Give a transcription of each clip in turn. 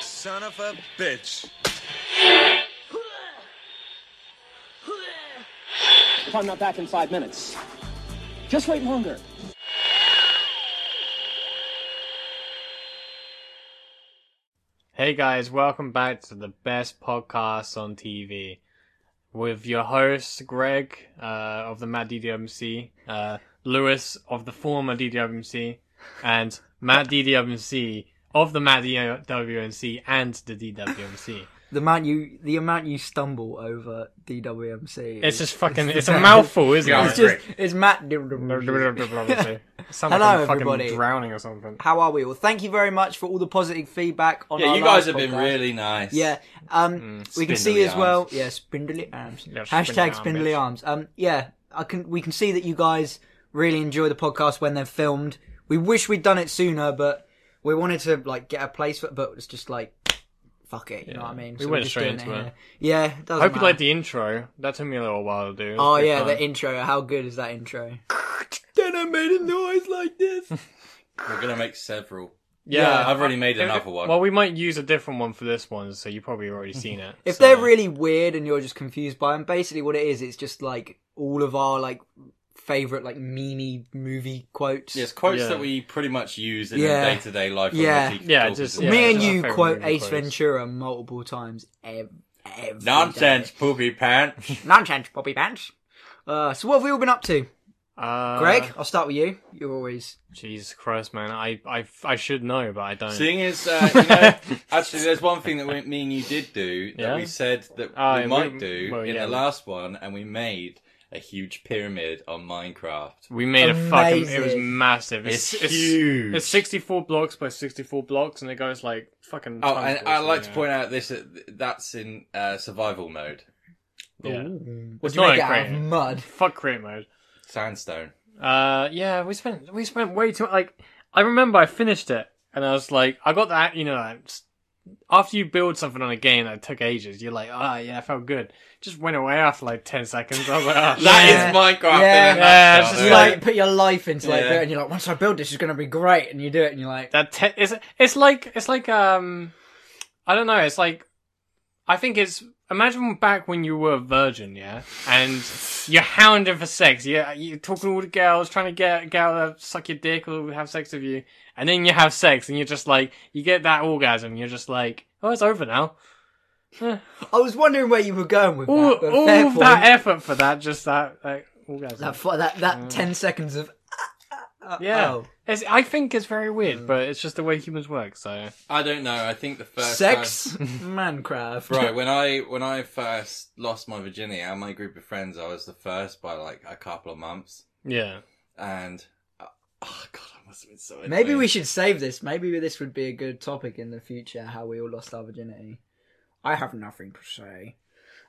son of a bitch. If I'm not back in five minutes, just wait longer. Hey guys, welcome back to the best podcast on TV with your host Greg uh, of the Mad DDWMC, uh, Lewis of the former DDWMC, and Matt DDWMC of the Mad DWMC and the DWMC. The amount you the amount you stumble over DWMC. It's is- just fucking, the it's a best. mouthful, isn't Yeah, It's it? just it's Matt. Sound like Hello, I'm everybody. fucking drowning or something. How are we? Well, thank you very much for all the positive feedback on. Yeah, our you last guys have been podcast. really nice. Yeah, um, we can see spindly as well. arms. Yeah, spindly arms. Yeah, spindly arm, Hashtag spindly bitch. arms. Um, yeah, I can. We can see that you guys really enjoy the podcast when they're filmed. We wish we'd done it sooner, but we wanted to like get a place for. But it's just like, fuck it. You know what I mean? we went we're just straight doing into it. here. Yeah, it I doesn't hope you matter. like the intro. That took me a little while to do. It was Oh pretty yeah, fun. the intro. How good is that intro? then I made a noise like this. We're gonna make several. yeah. Uh, I've already made another one. Well, we might use a different one for this one, so you've probably already seen it. If so- they're really weird and you're just confused by them, basically what it is, it's just like all of our like favorite like meanie movie quotes. Yes, quotes Yeah. that we pretty much use in Yeah. day to day life. on Yeah. the TV Yeah, talk just- as well. yeah, Me and it's our you favourite quote movie Ace quotes. Ventura multiple times ev- every day. nonsense, poopy pants. Nonsense, Poppy Pants. Uh, so what have we all been up to? Uh, Greg, I'll start with you. You're always Jesus Christ, man. I, I, I should know, but I don't. Seeing as uh, you know, actually, there's one thing that we, me and you did do that Yeah? we said that Oh, we yeah, might we- do well, in yeah. the last one, and we made a huge pyramid on Minecraft. We made a fucking. It was Amazing. massive. It's huge. It's 64 blocks by 64 blocks, and it goes like fucking. Oh, tons and of I'd blocks, like to yeah. point out this: uh, that's in uh, survival mode, Yeah. what It's do you not make a it out of crane. mud? Fuck create mode. sandstone. Uh, yeah, we spent we spent way too like. I remember I finished it, and I was like, I got that. You know, that s- after you build something on a game that took ages, you're like, ah, yeah, I felt good. Just went away after like 10 seconds. I was like, ah, That is Yeah. Minecraft. Yeah. in a Yeah, nutshell, it's You just though. like put your life into like Yeah. that, and you're like, once I build this, it's gonna be great, and you do it, and you're like, That te- it's it's like it's like um I don't know, it's like I think it's imagine back when you were a virgin, yeah, and you're hounding for sex, yeah, you're talking to all the girls, trying to get a girl to suck your dick or have sex with you, and then you have sex and you're just like you get that orgasm, you're just like, Oh, it's over now. I was wondering where you were going with All, that. But all fair of point. that effort for that, just that like orgasm. that fu- that, that ten seconds of yeah. oh. It's, I think it's very weird, Mm. but it's just the way humans work, so I don't know. I think the first time- sex, Minecraft. uh, Right when I when I first lost my virginity, and my group of friends, I was the first by like a couple of months, yeah. and uh, oh god, I must have been so. Maybe we should. should save this. Maybe this would be a good topic in the future. How we all lost our virginity. I have nothing to say.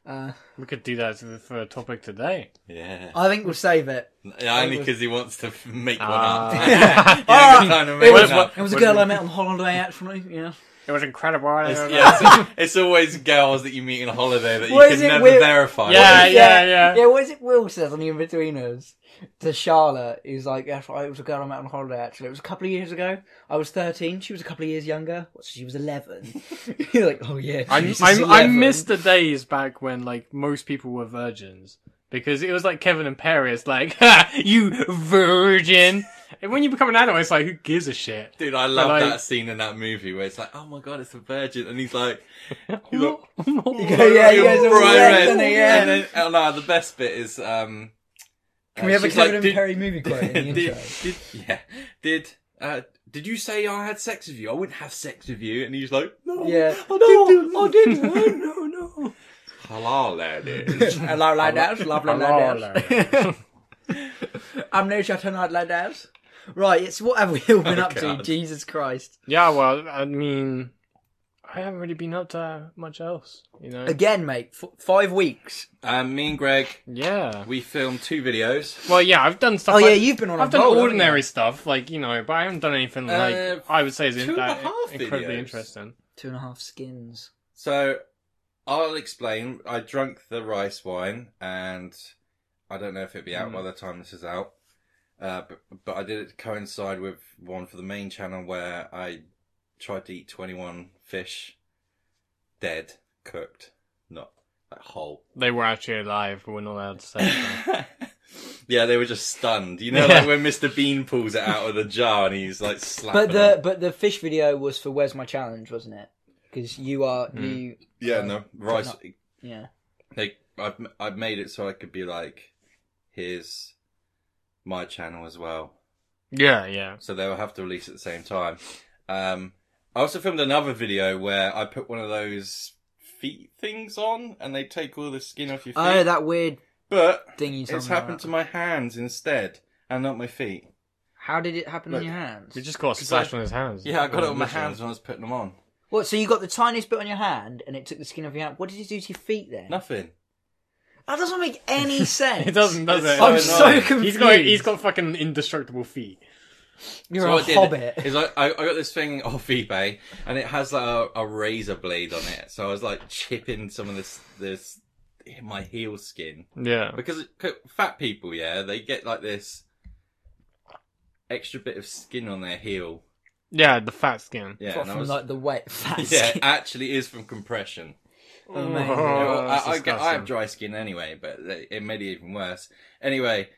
Uh, We could do that for a topic today. Yeah, I think we'll save it. Yeah, only because he wants to f- make one Ah. up. Yeah, he's trying to make It one was, up. it was a What girl do I met on holiday, actually. Yeah. It was incredible. I It's, don't know. yeah, it's, it's always girls that you meet on holiday that you What is can it never with- verify. Yeah, yeah, yeah. Yeah, what is it Will says on the in betweeners to Charlotte? He's like, yeah, it was a girl I met on holiday actually. It was a couple of years ago. I was 13. She was a couple of years younger. What, she was 11. You're like, oh yeah. I, she's I, I 11. miss the days back when like most people were virgins because it was like Kevin and Perry. It's like, ha, you virgin. and when you become an adult, it's like, who gives a shit? Dude, I love like- that scene in that movie where it's like, "Oh my god, it's a virgin," and he's like, he's like, Yeah, yeah, he goes all bright red, doesn't he? Yeah. And then, oh no, the best bit is um. uh, Can we have a she's like, Kevin and "Did- Perry movie quote in the did, intro? did- yeah. Did uh, did you say I had sex with you? I wouldn't have sex with you. And he's like, no, Yeah. I didn't. No, I didn't. Oh, No, no. Halal, that is. Hello, lads. Lovely Hello, lads. I'm no shut tonight, lads. Right, it's what have we all been up to? God. Jesus Christ. Yeah, well, I mean, I haven't really been up to much else, you know. Again, mate, f- five weeks. um, me and Greg, Yeah. we filmed two videos. Well, yeah, I've done stuff. Oh, yeah, like- you've been on a I've done roll, haven't ordinary stuff, like you know, but I haven't done anything like Uh, I would say is in- two and a that half incredibly videos. interesting. Two and a half skins. So I'll explain. I drunk the rice wine, and I don't know if it'll be Hmm. out by the time this is out. Uh, but, but I did it to coincide with one for the main channel where I tried to eat 21 fish dead, cooked, not like whole. They were actually alive, but we're not allowed to say that. yeah, they were just stunned. You know, like when Mr. Bean pulls it out of the jar and he's like slapping. But the them. but the fish video was for "Where's My Challenge," wasn't it? Because you are Hmm. you. yeah, no rice. Yeah. They, I've I've made it so I could be like, here's my channel as well. Yeah, yeah. so they'll have to release at the same time. Um, I also filmed another video where I put one of those feet things on and they take all the skin off your feet. Oh, that weird but thing you told it's me about. happened to my hands instead and not my feet. How did it happen on Look. your hands? We just got a splash on his hands. Yeah, I got it on my hands when I was putting them on. What? So you got the tiniest bit on your hand, and it took the skin off your hand. What did you do to your feet then? Nothing. That doesn't make any sense. It doesn't, does It's it? so I'm so annoying. confused. He's got he's got fucking indestructible feet. You're So a what I did hobbit. Is I, I, I got this thing off eBay and it has like a, a razor blade on it. So I was like chipping some of this this my heel skin Yeah. because it- c- fat people, yeah, they get like this extra bit of skin on their heel. Yeah, the fat skin. Yeah, What, and I from was- like the wet fat yeah, skin. it actually is from compression. Amazing. Oh, Yeah, well, that's I, I, get- I have disgusting. dry skin anyway, but it made it even worse. Anyway,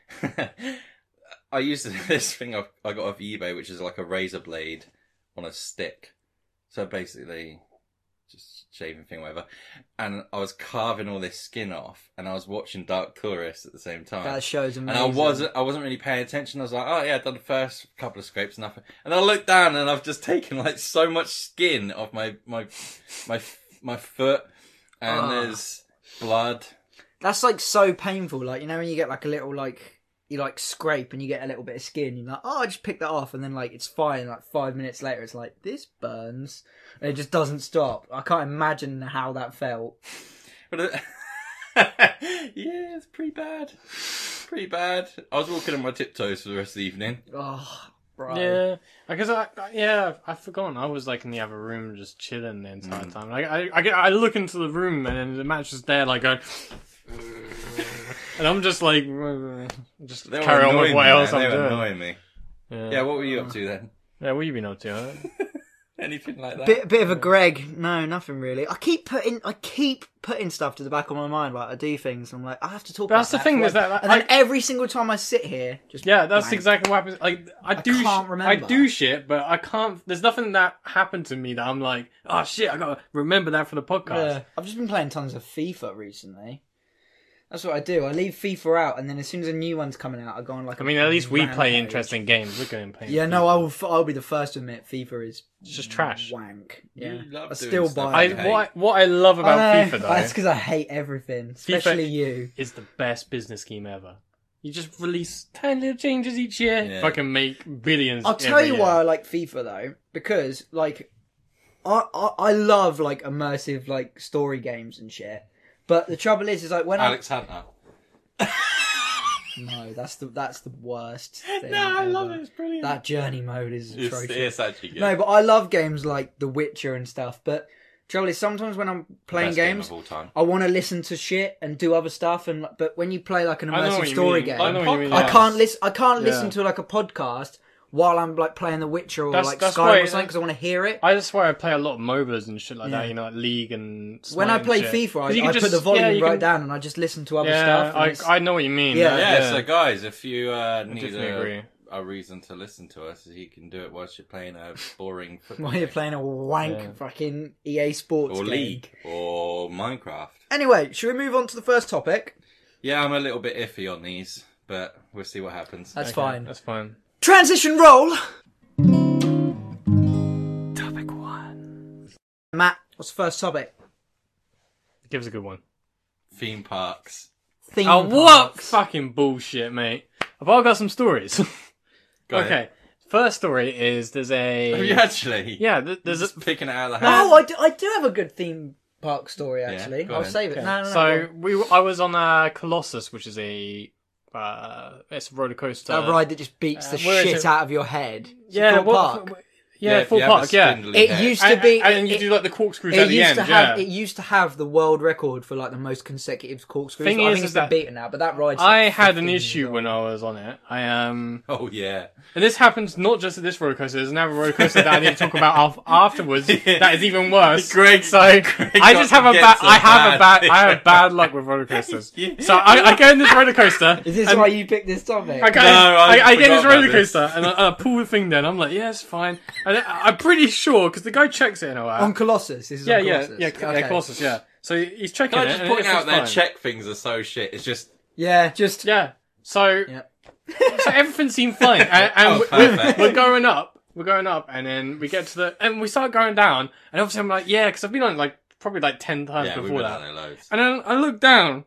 I used this thing I, I got off eBay, which is like a razor blade on a stick. So basically, just shaving thing, whatever. And I was carving all this skin off, and I was watching Dark Tourist at the same time. That shows amazing. And I wasn't, I wasn't really paying attention. I was like, oh yeah, I've done the first couple of scrapes, nothing. And I looked down and I've just taken like so much skin off my, my, my, my foot. And Ah. there's blood. That's like so painful. Like you know when you get like a little like you like scrape and you get a little bit of skin. You're like, oh, I just picked that off, and then like it's fine. Like five minutes later, it's like this burns, and it just doesn't stop. I can't imagine how that felt. But it- yeah, it's pretty bad. Pretty bad. I was walking on my tiptoes for the rest of the evening. Oh, bro. Yeah, because I, I yeah I've forgotten I was like in the other room just chilling the entire Mm. time. Like I, I get- I look into the room and then the match is there like going, and I'm just like just They were carry on annoying with what me, else man. I'm They were doing. annoying me. Yeah. Yeah, what were you up to then? Yeah, what you been up to? Huh? Anything like that? Bit, bit of a Greg. No, nothing really. I keep putting, I keep putting stuff to the back of my mind. Like I do things, and I'm like, I have to talk. But about that's the that thing, for is like- that- and then I- every single time I sit here, just Yeah, that's blank. exactly what happens. Like I do, sh- can't remember. I do shit, but I can't. There's nothing that happened to me that I'm like, oh shit, I gotta remember that for the podcast. Yeah. I've just been playing tons of FIFA recently. That's what I do. I leave FIFA out, and then as soon as a new one's coming out, I go on like. I mean, at least we play rampage. interesting games. We're going to play. Yeah, no, I will. f- I'll be the first to admit FIFA is it's just trash. wank. You Yeah, love doing I still stuff buy I you it. hate. what what I love about I know. FIFA though Uh, That's because I hate everything, especially you. is the best business scheme ever. You just release ten little changes each year, Yeah. fucking make billions. I'll tell every you year. why I like FIFA though, because like I, I I love like immersive like story games and shit. But the trouble is, is like when Alex Hunter. I no, that's the that's the worst. Thing No, I love ever. it. It's brilliant. That journey mode is It's, atrocious. it's actually good. No, but I love games like The Witcher and stuff. But trouble is, sometimes when I'm playing Best game games, of all time. I want to listen to shit and do other stuff. And like- but when you play like an I know immersive what you story mean. game, I know what you mean. I I yeah. can't listen. I can't listen Yeah. to like a podcast while I'm like playing The Witcher or That's- like that's Skyrim why- or something because I want to hear it. I just swear I play a lot of MOBAs and shit like Yeah. that, you know, like League and Smite when I and play shit. FIFA, 'Cause you I, can I put just- the volume yeah, you right can- down and I just listen to other Yeah, stuff. and it's- I, I know what you mean. Yeah. that- yeah, so guys, if you uh, need definitely agree. a, a reason to listen to us, you can do it whilst you're playing a boring football while you're game. playing a wank Yeah. fucking EA Sports or game. League or Minecraft. Anyway, should we move on to the first topic? Yeah, I'm a little bit iffy on these, but we'll see what happens. That's Okay, fine. That's fine. Transition roll. Topic one. Matt, what's the first topic? Give us a good one. Theme parks. Theme Oh, what parks. fucking bullshit, mate. I've all got some stories. Go ahead. okay. First story is there's a. Have you actually? Yeah, th- there's a. Just picking it out of the hat. Oh, I do, I do have a good theme park story actually. go I'll ahead. save it. No, no, no. go So on. we, I was on a Colossus, which is a, uh, it's a roller coaster. a ride that just beats the where is shit it? out of your head. It's a Yeah, theme what, park. yeah, if full you have a park, yeah. spindly It head- used to And, be. and you it- do like the corkscrews It at the used end. to have yeah. it used to have the world record for like the most consecutive corkscrews. Thing I is, think is it's been that beaten now, but that ride's I like had an 15 years issue old. when I was on it. I um, Oh yeah. and this happens not just at this roller coaster. There's another roller coaster that I need to talk about af- afterwards. That is even worse. Greg- so I got- just have a gets a bad. I have a bad bad. I have bad luck with roller coasters. Yeah. So I, I go in this roller coaster. Is this and why you picked this topic? I, go, No, I I, I get forgot this about roller this. coaster and I, I pull the thing down. I'm like, yeah, it's fine. And I, I'm pretty sure because the guy checks it in a Oh, while. on Colossus. This is yeah, on yeah, Colossus. yeah, yeah, Okay. Colossus, yeah. So he's checking Can I it. just and point it feels out their fine. check things are so shit. It's just Yeah, just Yeah. So, Yeah. so everything seemed fine, and, and Oh, we- we're, perfect. we're going up, we're going up, and then we get to the, and we start going down, and obviously I'm like, yeah, because I've been on it like probably like ten times yeah, we've before been that, on there loads. and then I look down,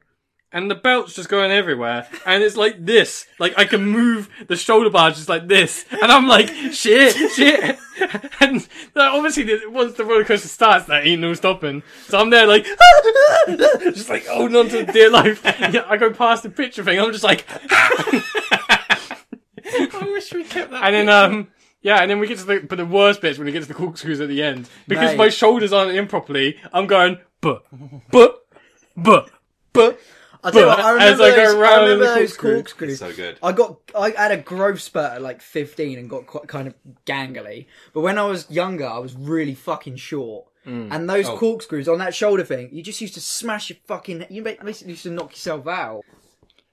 and the belt's just going everywhere, and it's like this, like I can move the shoulder bar just like this, and I'm like, shit, shit, and like, obviously the- once the roller coaster starts, there ain't no stopping, so I'm there like, just like holding on to dear life. Yeah, I go past the picture thing, I'm just like, I wish we kept that. and then um. Yeah, and then we get to the but the worst bit's when it gets to the corkscrews at the end because Mate. my shoulders aren't in properly. I'm going but but but but I tell you what, I As remember I go those, I round remember the those corkscrew. corkscrews. It's so good. I got I had a growth spurt at like 15 and got quite kind of gangly. But when I was younger, I was really fucking short. Mm. And those Oh. corkscrews on that shoulder thing, you just used to smash your fucking. You ba- basically used to knock yourself out.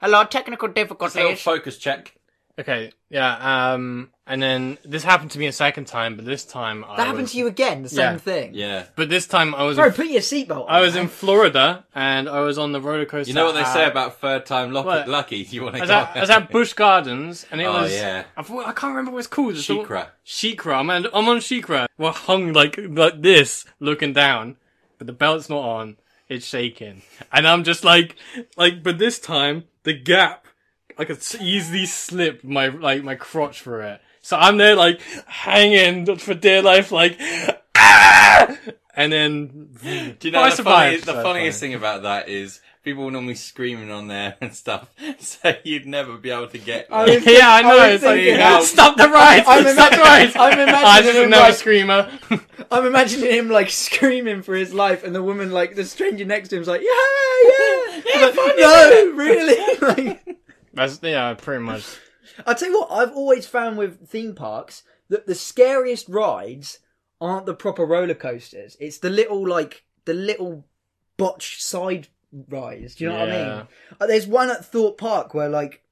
Hello, technical little difficulties. focus check. Okay, yeah, um, and then this happened to me a second time, but this time I That happened was, to you again. The same Yeah. thing. Yeah. But this time I was, Bro, in, put your seatbelt. on, I was man. in Florida and I was on the roller coaster. You know what they at- say about third time lucky? What? lucky you want to I was, go? at, I was at Bush Gardens and it Oh, was, yeah. I, thought, I can't remember what it's called. It's the- Shikra. Shikra. I'm, on- I'm on Shikra. We're hung like like this, looking down, but the belt's not on. It's shaking, and I'm just like, like, but this time the gap, I could s- easily slip my like my crotch through it. So I'm there like hanging for dear life, like, "Ah!" and then Do you know I the, survived, funniest, the so I funniest survived. thing about that is people were normally screaming on there and stuff, so you'd never be able to get. I there. was yeah, I know. was it's like, thinking- Now- stop the ride. I'm stop the ride. imagin- I'm I just imagining him another like- screamer. I'm imagining him like screaming for his life, and the woman, like the stranger next to him's like, yeah, yeah. I'm like, no, really. Like, That's yeah, pretty much. I'll tell you what, I've always found with theme parks that the scariest rides aren't the proper roller coasters. It's the little, like, the little botch side rides. Do you know what I Yeah. mean? Uh, There's one at Thorpe Park where, like,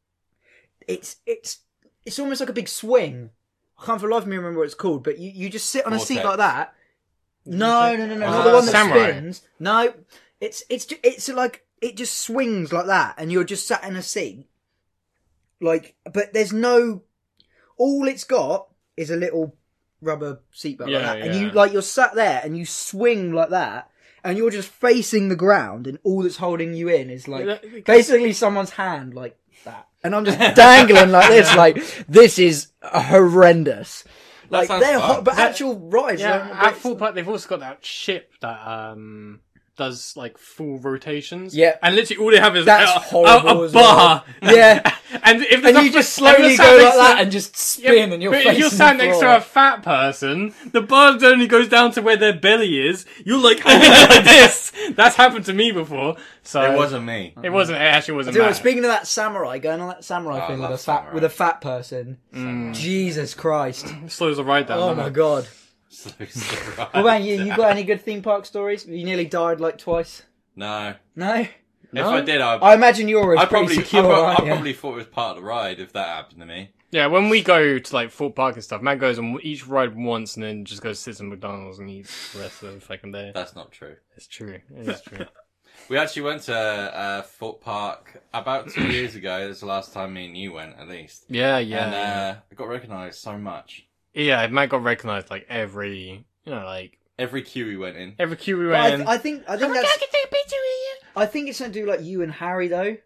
it's, it's, it's almost like a big swing. I can't for the life of me remember what it's called, but you, you just sit on a seat Vortex. like that. No, no, no, no, Oh, not the one that Samurai. spins. No, it's, it's, ju- it's like, it just swings like that, and you're just sat in a seat like but there's no all it's got is a little rubber seatbelt Yeah, like that and you yeah. like you're sat there and you swing like that and you're just facing the ground and all that's holding you in is like Yeah, because- basically someone's hand like that and i'm just dangling like this like this is horrendous like sounds they're fun. hot but That- actual rides Yeah, are- at full Park they've also got that ship that um does like full rotations. Yeah. and literally all they have is That's a, a- horrible a, as bar. well. Yeah. and if and there's you a- just if you're slowly sat go like next that to- and just Yeah, spin and you're but if you're facing the sat next to floor. a fat person, the bar only goes down to where their belly is. You're like hanging like this. That's happened to me before. So It wasn't me. It wasn't. It actually wasn't. Do you know, Matt. speaking of that samurai, going on that samurai Oh, I thing with love a fat samurai. with a fat person. Jesus Christ! Mm, slows the ride down. Oh doesn't my it? god! So surprised. What about you? You got any good theme park stories? You nearly died like twice. No. No, If I did, I, I imagine you're I as pretty probably, secure, I, prob- aren't I you? probably thought it was part of the ride if that happened to me. Yeah, when we go to like Fort Park and stuff, Matt goes on each ride once and then just goes sits in McDonald's and eats the rest of the fucking day. That's not true. It's true. It is true. We actually went to uh, Fort Park about two years ago. That's the last time me and you went, at least. Yeah, yeah. and uh, yeah. I got recognised so much. Yeah, Matt got recognised like every, you know, like Every queue we went in. every queue we But went. I, in. th- I think I think that's. I think it's something to do like you and Harry though,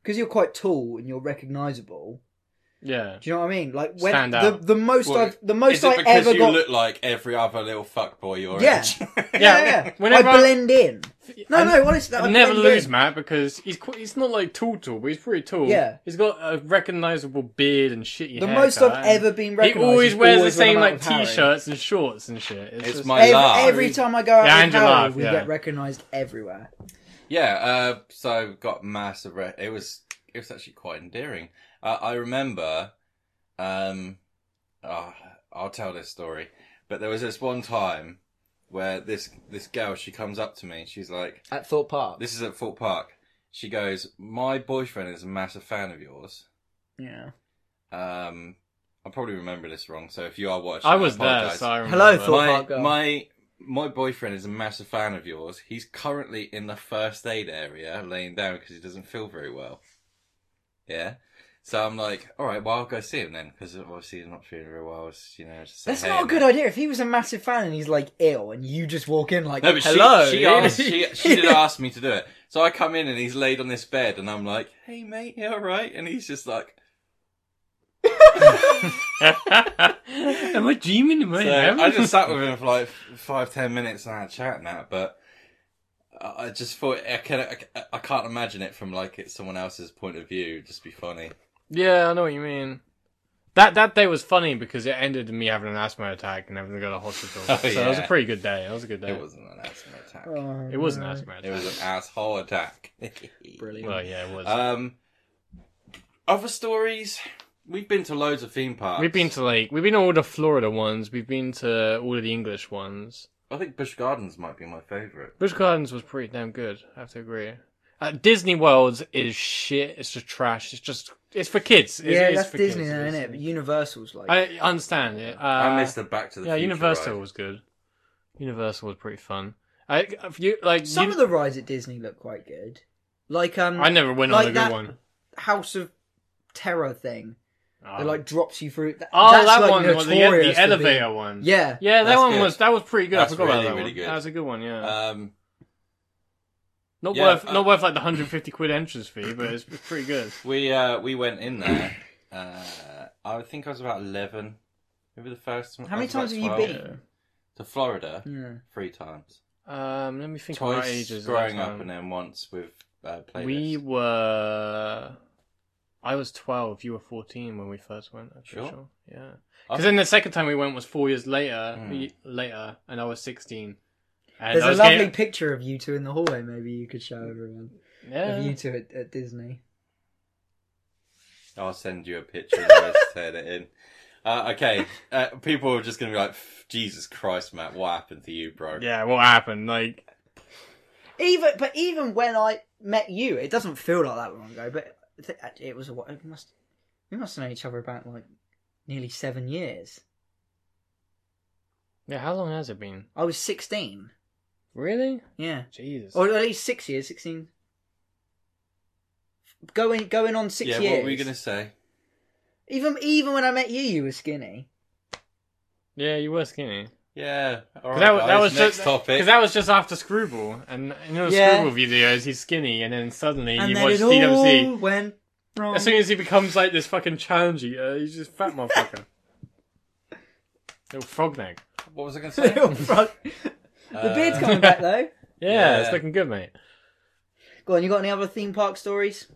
because you're quite tall and you're recognisable. Yeah. Do you know what I mean? Like when Stand the, out. the most Well, I've the most Is it I because ever you got. look like every other little fuckboy your Yeah. age? yeah, Yeah, yeah. whenever I I- blend in. No, no, honestly, I I never blend lose in. Matt because he's qu- he's not like tall tall, but he's pretty tall. Yeah. he's got a recognizable beard and shitty. The haircut, most I've and ever been He recognised. always is wears always the when same I'm out like with Harry. t-shirts and shorts and shit. It's just- my- laugh. Every, every time I go out Yeah, with and you Harry, laugh, we yeah. get recognised everywhere. Yeah, uh, so got massive. Re- it was it was actually quite endearing. Uh, I remember. Um, oh, I'll tell this story, but there was this one time where this this girl she comes up to me. She's like, At Thorpe Park. "This is at Fort Park." She goes, "My boyfriend is a massive fan of yours." Yeah. Um, I probably remember this wrong. So if you are watching, I was there. apologise. So I remember. Hello, Thor. my Park girl. my my boyfriend is a massive fan of yours. He's currently in the first aid area, laying down because he doesn't feel very well. Yeah. So I'm like, all right, well I'll go see him then because obviously he's not feeling very well. It's, you know, just say That's hey not a and good that. idea. If he was a massive fan and he's like ill, and you just walk in like, No, but she- "Hello," she, asked, she she did ask me to do it. So I come in and he's laid on this bed, and I'm like, hey mate, you all right? And he's just like, Am I dreaming? Am I, So having- I just sat with him for like f- five, ten minutes and had a chat and that, but I I just thought I can I, I can't imagine it from like it's someone else's point of view. It'd just be funny. Yeah, I know what you mean. That that day was funny because it ended in me having an asthma attack and having to go to the hospital. Oh, so it was a yeah. pretty good day. It was a good day. It wasn't an asthma attack. Oh, It was an no. asthma attack. It was an asshole attack. Brilliant. Well, yeah, it was. um, other stories. We've been to loads of theme parks. we've been to like we've been to all the Florida ones. We've been to all of the English ones. I think Bush Gardens might be my favourite. Busch Gardens was pretty damn good. I have to agree. Uh, Disney World's is shit. It's just trash. It's just it's for kids. It's, yeah, it's that's for Disney, kids. though, It's- isn't it? But Universal's like, I understand it. Uh, I missed the Back to the yeah, Future Universal ride. was good. Universal was pretty fun. I if you like some you- of the rides at Disney look quite good. Like, um, I never went on like a good that one. House of Terror thing. Oh. It like drops you through. That, Oh, that's, that like, one, the, the notorious for being- elevator one. Yeah. yeah, that That's one good. was that was pretty good. That's I forgot about really, that really one. good. That was a good one. Yeah, Um, not yeah, worth uh, not worth like the hundred fifty quid entrance fee, but it's, it's pretty good. We uh we went in there. Uh, I think I was about eleven. Maybe the first time. How I many was about times have you 12. been? Hmm. to Florida? Yeah. Three times. Um, let me think of our Twice ages. at growing that up, time. and then once with uh, playlist. we were. I was twelve. You were fourteen when we first went. I'm pretty Sure. sure. Yeah, I- because then the second time we went was four years later. Hmm. y- Later, and I was sixteen. And I There's was a lovely getting- picture of you two in the hallway. Maybe you could show everyone of you yeah. two at, at Disney. I'll send you a picture. of us turn it in. Uh, okay, uh, people are just gonna be like, "Jesus Christ, Matt, what happened to you, bro?" Yeah, what happened? Like, Even but even when I met you, it doesn't feel like that long ago. But I think it was a wh- it must we must have known each other about like nearly seven years. yeah, how long has it been? I was sixteen. Really? Yeah, Jesus. or at least six years. Sixteen. Going going on six Yeah, years. what were you gonna say? Even even when I met you, you were skinny. Yeah, you were skinny. Yeah, all 'Cause right. that, was- that guys, was next just topic. because that was just after Screwball, and in all the Yeah. Screwball videos, he's skinny, and then suddenly and you then watch it DWC. all went wrong. As soon as he becomes like this fucking challenge eater, he's just fat motherfucker. Little frog neck. What was I gonna say? Little frog. the beard's Uh, coming back though. Yeah, it's Yeah. looking good, mate. Go on, you got any other theme park stories?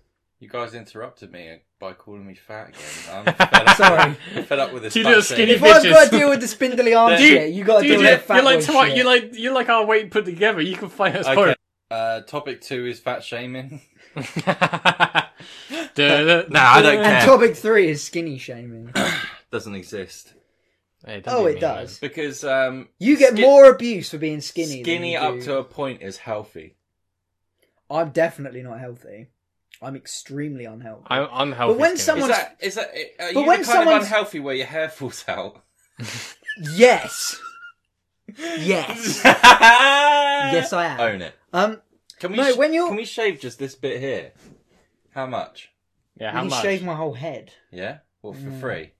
You guys interrupted me by calling me fat again. I'm fed up, Sorry. fed up with this. You fat little thing. skinny If I've bitches. got to deal with the spindly arm Dude, shit, you got to deal Dude, with you're, that fat you're like boy twi- shit. you're like you're like our weight put together. You can fight us Okay. both. Uh, topic two is fat shaming. nah, I don't care. and topic three is skinny shaming. Doesn't exist oh, it does. because um, You get skin- more abuse for being skinny. skinny, than you up do- to a point is healthy. I'm definitely not healthy. I'm extremely unhealthy. I'm unhealthy. But when skinny. someone- Is Someone's- that is that are But you when the kind of someone's- unhealthy where your hair falls out? Yes, yes, yes, yes, I am. own it. Um, Can we? No, sh- when you're- can we shave just this bit here? How much? yeah, you how can much? shave my whole head. Yeah, well, for Mm. free.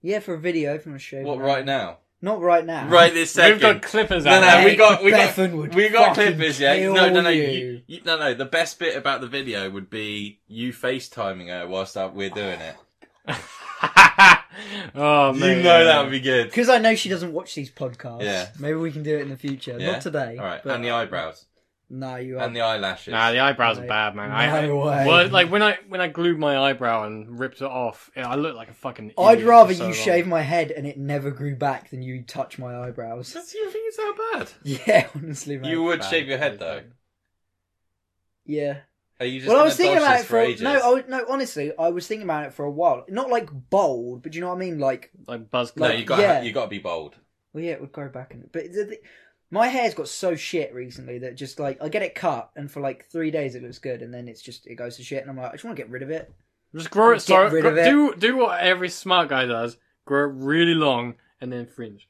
Yeah, for a video, if you want to shave. What my right head. now? Not right now. Right this We've second. got clippers no, out. no, there. we got we got Bethan would we got fucking clippers. Yeah, kill no, no, no, you. you- you- no, no. The best bit about the video would be you FaceTiming her whilst uh, we're doing it. oh man, you know that would be good. Because I know she doesn't watch these podcasts. Yeah. Maybe we can do it in the future. Yeah? Not today. All right, but- and the eyebrows No, you are. and the eyelashes. Nah, the eyebrows are Like, bad, man. no I, way. Well, like when I when I glued my eyebrow and ripped it off, I looked like a fucking. I'd idiot for rather so you long. shave my head and it never grew back than you touch my eyebrows. Does you think it's that yeah, honestly, bad? man. You would Bad. shave your head though. Yeah. Are you just Well, I gonna was thinking dodge about this it for, ages? no, I was, no. Honestly, I was thinking about it for a while. Not like bold, but you know what I mean. Like, like buzz. no, like, you got yeah. to you got to be bold. well, yeah, it would grow back. And, but the, the, my hair's got so shit recently that just like I get it cut, and for like three days it looks good, and then it's just it goes to shit, and I'm like, I just want to get rid of it. Just grow it. Get Start, rid of it. Do do what every smart guy does: grow it really long and then fringe.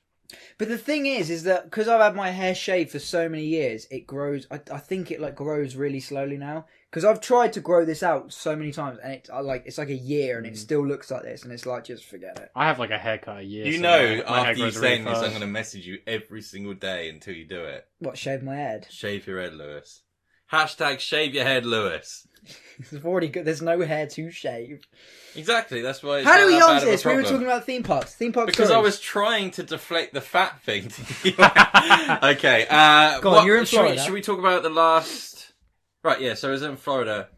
But the thing is, is that because I've had my hair shaved for so many years, it grows. I, I think it like grows really slowly now. Because I've tried to grow this out so many times, and it's I, like it's like a year, and Mm. it still looks like this, and it's like just forget it. I have like a haircut a year. you so know, my- my hair after you grows really saying this, I'm fast. going to message you every single day until you do it. What shave my head? Shave your head, Lewis. Hashtag shave your head, Lewis. I've already got. There's no hair to shave. Exactly. That's why. It's How not do we that bad answer of a this? We were problem. talking about theme parks. Theme parks. Because I was trying to deflect the fat thing. To you. okay. Uh, Go on, what- you're in should we- Florida. Should we talk about the last? Right. Yeah. So I was in Florida.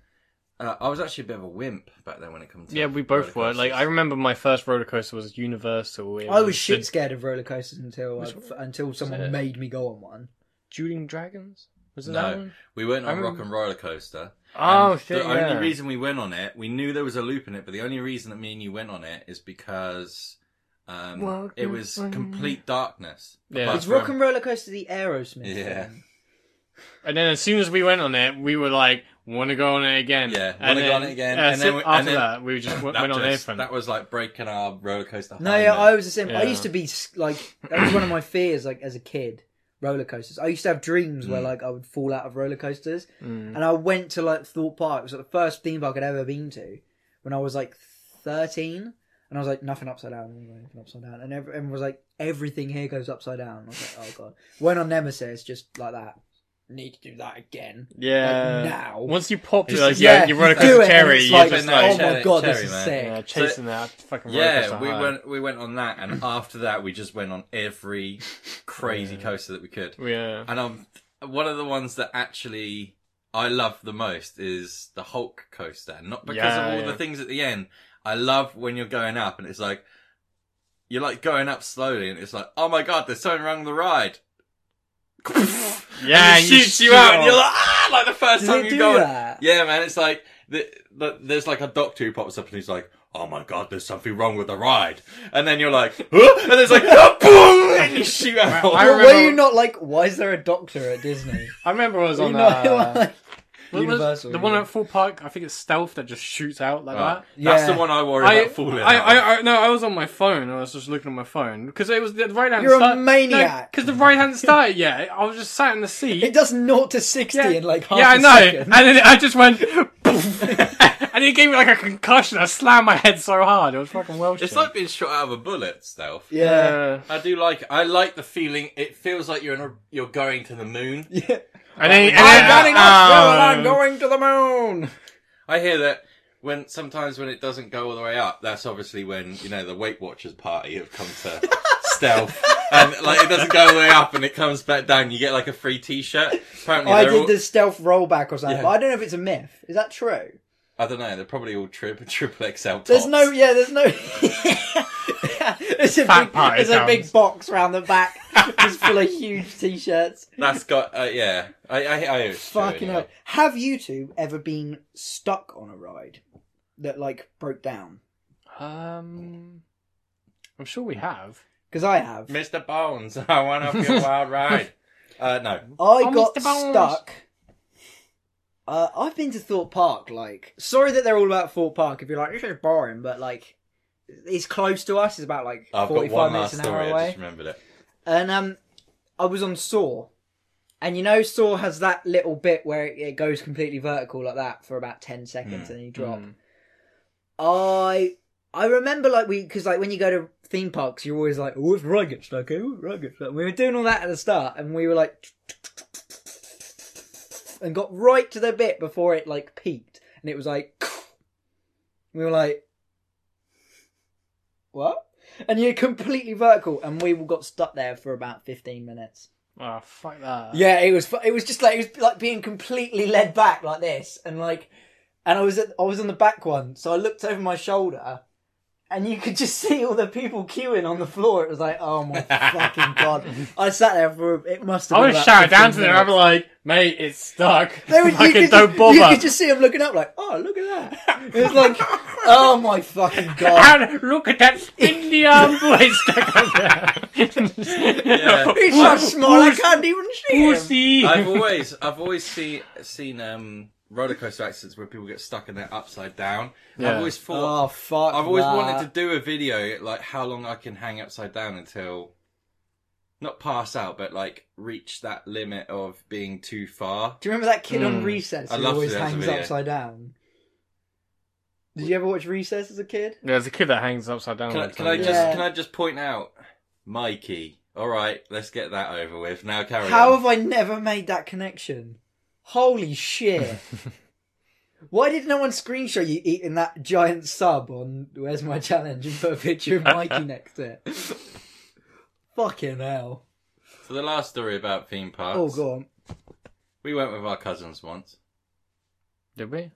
Uh, I was actually a bit of a wimp back then when it comes to Yeah, we both roller were. Like, I coasters. remember my first roller coaster was Universal. It I was the shit scared of roller coasters until I, Which one? until someone it? made me go on one. Dueling Dragons. Was it that No, one? we went I on remember- Rock and Roller Coaster. Oh And shit! The yeah. only reason we went on it, we knew there was a loop in it, but the only reason that me and you went on it is because um, Welcome it was home. complete darkness. Yeah. Apart Is rock from- and roller coaster the Aerosmith? Oh, Yeah. thing? And then as soon as we went on it, we were like, "Want to go on it again?" Yeah, And wanna go then- on it again. uh, And then so we- and after then- that, we just went, that went on just- airfront. That was like breaking our roller coaster. No, high yeah, note. I was the same. I Yeah. used to be s- like that was one of my fears. Like as a kid, roller coasters. I used to have dreams Mm. where like I would fall out of roller coasters, Mm. and I went to like Thought Park. It was like, the first theme park I'd ever been to when I was like thirteen, and I was like nothing upside down, nothing upside down, and every- everyone was like everything here goes upside down. I was like, oh god. Went on Nemesis just like that. Need to do that again. yeah. Like, now. Once you popped it, It's like, just- Uh, yeah, yeah, you run you do across it a and cherry. it's You're like, just no, like, oh my god, cherry, this is man. sick. yeah, chasing that fucking roller Yeah, coaster we high. went. We went on that, and after that, we just went on every crazy coaster that we could. Yeah. And um, one of the ones that actually I love the most is the Hulk coaster, not because Yeah, of all yeah. the things at the end. I love when you're going up, and it's like you're like going up slowly, and it's like, oh my god, there's something wrong with the ride. Yeah, and it and you shoots you shoot out, and off. you're like, ah, like the first Does time it you do go. on- that? Yeah, man, it's like the, the, there's like a doctor who pops up, and he's like. Oh my god, there's something wrong with the ride. And then you're like, huh? and it's like, ah, boom! And you shoot out. I Well, remember- were you not like, why is there a doctor at Disney? I remember I was Were on you not, uh, like, what was Universal, the one yeah. at Fort Park. I think it's Stealth that just shoots out like Oh, that. That's Yeah. the one I worry I, about falling I, out. I, I, no, I was on my phone. I was just looking at my phone because it was the right hand. You're a start- maniac. Because the right hand started. Yeah, I was just sat in the seat. It does naught to sixty in like half yeah, I a know. second. And then I just went, poof. and it gave me like a concussion. I slammed my head so hard. It was fucking well. It's shit. like being shot out of a bullet, stealth. yeah. Uh, I do like. I like the feeling. It feels like you're in a, you're going to the moon. yeah. and then, and I'm then- running up hill and I'm um, going to the Oh, moon. I hear that when sometimes when it doesn't go all the way up, that's obviously when you know the Weight Watchers party have come to stealth, and like it doesn't go all the way up, and it comes back down. You get like a free T-shirt. Apparently, I they're did all, the stealth rollback or something. Yeah. But I don't know if it's a myth. Is that true? I don't know. They're probably all triple triple XL. Tops. There's no. Yeah. There's no. it's a Fat big, pie there's a big comes. box round the back. it's full of huge t-shirts. That's got. Uh, yeah. I. I. I it's true Fucking anyway. hell. Have you two ever been stuck on a ride that like broke down? Um, I'm sure we have. Because I have. Mr. Bones, I want up your wild ride. Uh, no. I Oh, got Mr. Bones. stuck. Uh, I've been to Thorpe Park. Like, sorry that they're all about Thorpe Park. If you're like, this is boring, but like, it's close to us. It's about like I've got 45 one minutes last an hour story. I away. just remembered it. And um, I was on Saw, and you know Saw has that little bit where it, it goes completely vertical like that for about ten seconds, and then you drop. I I remember like we because like when you go to theme parks, you're always like, oh, it's rugged, okay, oh, rugged. And we were doing all that at the start, and we were like, and got right to the bit before it like peaked, and it was like, we were like, what? And you're completely vertical, and we all got stuck there for about 15 minutes. Oh, fuck that. Yeah, it was. fu- It was just like it was like being completely led back like this, and like, and I was at, I was on the back one, so I looked over my shoulder, and you could just see all the people queuing on the floor. It was like, oh my fucking god! I sat there for it must have. I been would about shout 15 down to them. I'd minutes. be like, mate, it's stuck. They would- Fucking could don't just, you bother. could just see them looking up, like, oh look at that. It was like, oh my fucking god. And look at that spindly arm boy stuck up there. Yeah. He's so Puss- small, I can't even see him. Pussy. I've always, I've always see, seen um, roller coaster accidents where people get stuck and they're upside down. Yeah. I've always thought, Oh fuck! I've always that. wanted to do a video like how long I can hang upside down until not pass out, but like reach that limit of being too far. Do you remember that kid on Mm. Recess I who love always to do that as a hangs video. upside down? Did you ever watch Recess as a kid? There's a kid that hangs upside down. Can all I, the can time. I just, Yeah. can I just point out, Mikey? All right, let's get that over with. Now carry How on. have I never made that connection? Holy shit! Why did no one screenshot you eating that giant sub on Where's My Challenge and put a picture of Mikey next to it? Fucking hell. So the last story about theme parks. Oh, go on. We went with our cousins once. Did we?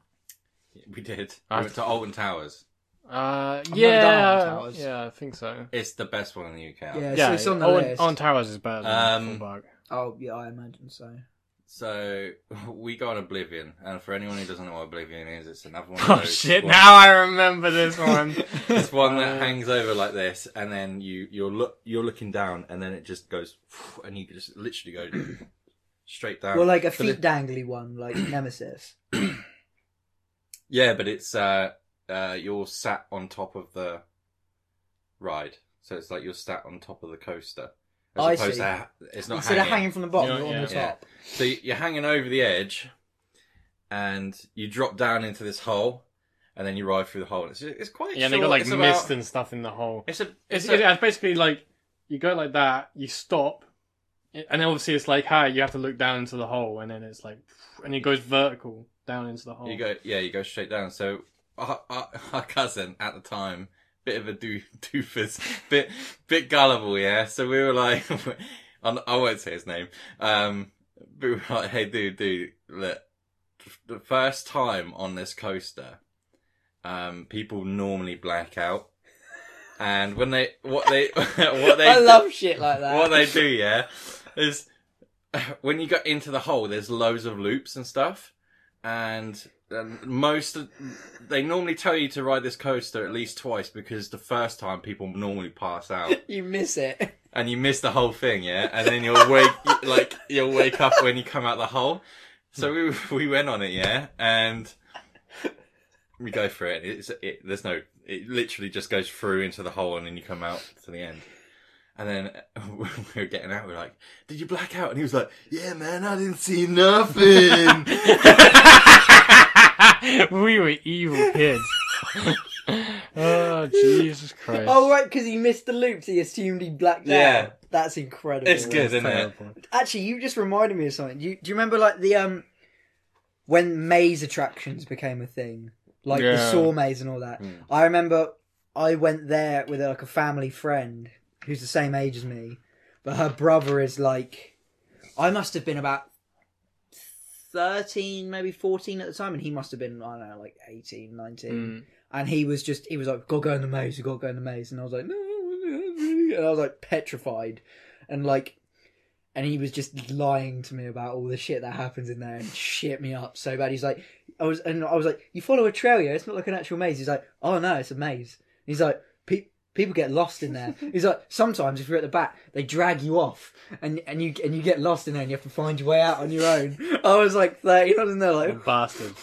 We did. We I- went to Alton Towers. Uh, done on yeah, towers. yeah, I think so. It's the best one in the UK. I Yeah, think. so Yeah, it's on the on, list. on towers is better than Um, full bark. Oh, yeah, I imagine so. So we go on Oblivion, and for anyone who doesn't know what Oblivion is, it's another one. of Oh those shit! ones- Now I remember this one. it's one Uh, that hangs over like this, and then you you're look you're looking down, and then it just goes, and you just literally go straight down. Well, like a Um, So the- feet dangly one, like Nemesis. Yeah, but it's uh, uh, you're sat on top of the ride, so it's like you're sat on top of the coaster. As Oh, I opposed see. to ha- it's not Instead hanging. of hanging from the bottom, Yeah, you're on the yeah. top. So you- you're hanging over the edge, and you drop down into this hole, and then you ride through the hole. It's it's quite Yeah, and they short. got like It's mist about- and stuff in the hole. It's a it's, It's, it- a, it's basically like you go like that, you stop, and then obviously it's like hi, you have to look down into the hole, and then it's like, and it goes vertical down into the hole. you go yeah you go straight down. So our, our, our cousin at the time, bit of a doo- doofus, bit bit gullible, yeah. So we were like, I'm- I won't say his name, um, but we were like, hey dude, dude, look, the first time on this coaster, um, people normally black out. And when they, what they, what they, I love shit like that. what they do, yeah, is when you got into the hole, there's loads of loops and stuff, and um, most of- they normally tell you to ride this coaster at least twice because the first time people normally pass out You miss it. and you miss the whole thing, yeah, and then you'll wake like you'll wake up when you come out the hole. So we we went on it, yeah, and we go for it. It's it, there's no it literally just goes through into the hole and then you come out to the end. And then we were getting out. We were like, "Did you black out?" And he was like, "Yeah, man, I didn't see nothing." we were evil kids. oh Jesus Christ! Oh right, because he missed the loops. He assumed he blacked Yeah. out. That's incredible. it's good, isn't it? Terrible. Actually, you just reminded me of something. You, do you remember like the um when maze attractions became a thing, like the Yeah. Hmm. saw maze and all that? Mm. I remember I went there with like a family friend who's the same age as me, but her brother is like I must have been about. 13 maybe 14 at the time and he must have been i don't know like 18 19 Mm. and he was just he was like gotta go in the maze you gotta go in the maze and i was like no and i was like petrified and like and he was just lying to me about all the shit that happens in there and shit me up so bad he's like i was and i was like you follow a trail yeah it's not like an actual maze he's like oh no it's a maze he's like pe- people get lost in there he's like sometimes if you're at the back they drag you off and and you and you get lost in there and you have to find your way out on your own i was like 13 i was in there like Bastards.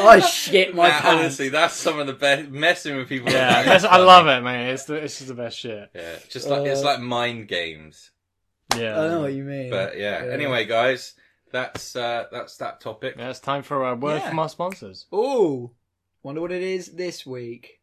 i shit my Nah, pants honestly, that's some of the best messing with people. like Yeah, that that's, is I fun. love it, man. It's the, it's just the best shit. Yeah, just like it's Uh, like mind games. Yeah. i know what you mean But yeah. Yeah. Anyway, guys, that's uh, that's that topic. Yeah, it's time for a word Yeah. from our sponsors. Oh, wonder what it is this week.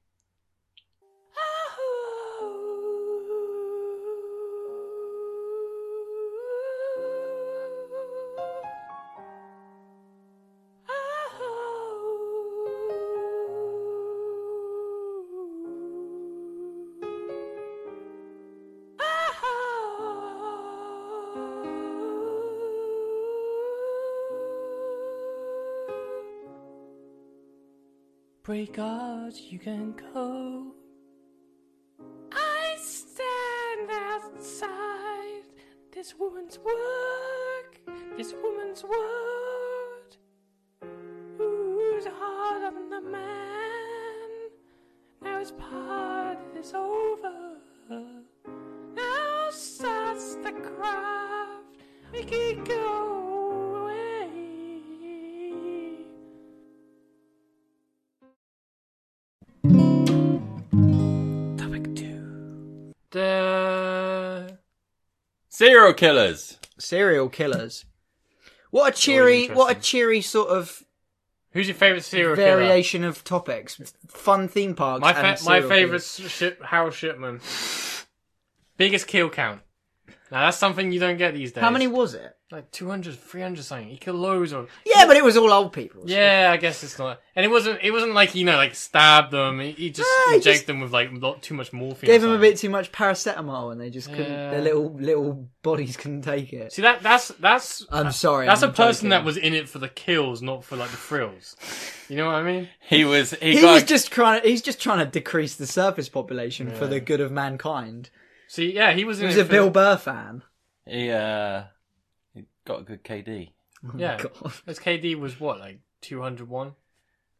break odds, you can go. I stand outside this woman's work, this woman's word. Who's hard on the man? Now his part is over. Now starts the craft. We can go away. Topic two. Serial killers. Serial killers. What a cheery, what a interesting. cheery sort of Who's your favorite serial killer? variation of topics. Fun theme parks. My and fa- my serial favorite killers. ship Harold Shipman. Biggest kill count. Now that's something you don't get these days. How many was it? Like 200, 300 something. He killed loads of. Yeah, but it was all old people. Yeah, I guess it's not. And it wasn't. It wasn't like you know, like stabbed them. He, he just Ah, he injected just- them with like not too much morphine. or Gave them a something. bit too much paracetamol, and they just couldn't. Yeah. Their little little bodies couldn't take it. See that? That's that's I'm sorry. that's I'm a person joking. that was in it for the kills, not for like the thrills. You know what I mean? He was. He, He got was just trying. He's just trying to decrease the surface population for the good of mankind. See, yeah, he was in He was it a for- Bill Burr fan. He uh, he got a good KD. Yeah, Oh God. his KD was what like 201.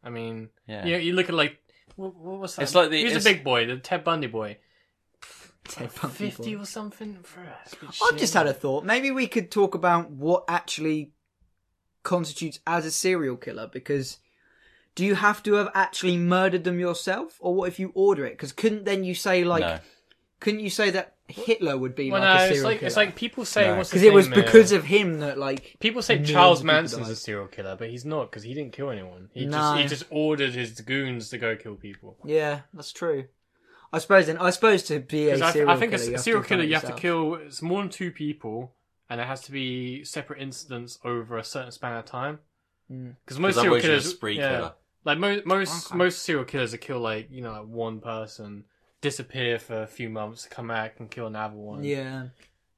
I mean, Yeah. you, know, you look at like what, what was that? It's like the- he was a it's- big boy, the Ted Bundy boy, Ted Bundy fifty boy. or something. For us. I've just had a thought. Maybe we could talk about what actually constitutes as a serial killer because do you have to have actually murdered them yourself or what if you order it because couldn't then you say like no. couldn't you say that hitler would be Well, like no, a it's serial like killer it's like people say No. what's because it was because of him that like People say Millions Charles of people Manson's died. a serial killer, but he's not because he didn't kill anyone. He No. just he just ordered his goons to go kill people. yeah that's true i suppose then i suppose to be a Because I, th- serial I think killer, a you s- have serial to killer find you have to yourself. kill it's more than two people, and it has to be separate incidents over a certain span of time. Because most 'Cause serial otherwise you're a killers, spree yeah, killer. like most most Mm. Okay. most serial killers, are kill like you know like one person, disappear for a few months, come back and kill another one. yeah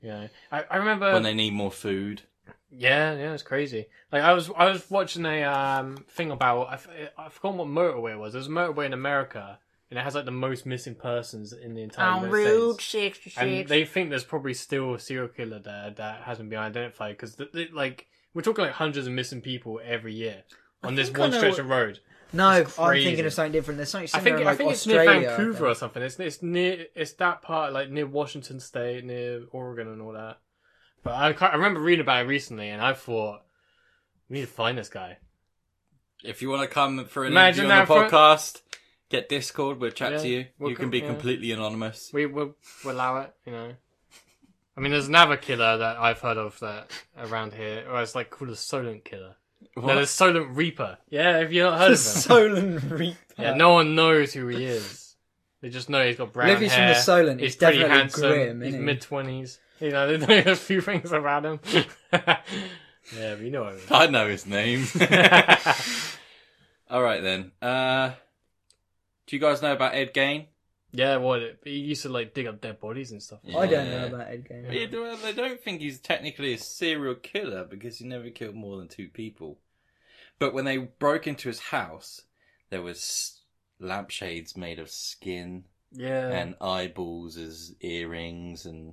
you know. I, I remember when they need more food. Yeah, yeah, it's crazy. Like I was, I was watching a um thing about I, f- I forgot what motorway it was. There's a motorway in America, and it has like the most missing persons in the Um, entire United States. And they think there's probably still a serial killer there that hasn't been identified because like we're talking like hundreds of missing people every year on this think I one know stretch what- of road. no i'm It's crazy. thinking of something different there's something I similar think in, I like, think it's near Australia, I Vancouver or think. something. It's it's near it's that part like near Washington State, near Oregon and all that. But I can't, I remember reading about it recently, and I thought we need to find this guy. If you want to come for an Imagine interview on the that for- podcast, get Discord. We'll chat Yeah, to you. we'll you can co- be yeah. completely anonymous. We will we'll allow it, you know. I mean, there's another killer that I've heard of that around here, or it's like called a Solent Killer. No, What? the Solent Reaper. Yeah, have you not heard the of him? Solon Reaper. Yeah, no one knows who he is. They just know he's got brown Livy's from hair. the Solent, He's he's pretty definitely handsome. grim, he's isn't he? mid twenties. You know, they know a few things about him. yeah, but you know what I mean. I know his name. All right then. Uh, do you guys know about Ed Gain? yeah, what well, he used to like dig up dead bodies and stuff. I don't Yeah. know about Ed Gain. Yeah, well, I don't think he's technically a serial killer because he never killed more than two people. But when they broke into his house, there was lampshades made of skin Yeah, and eyeballs as earrings, and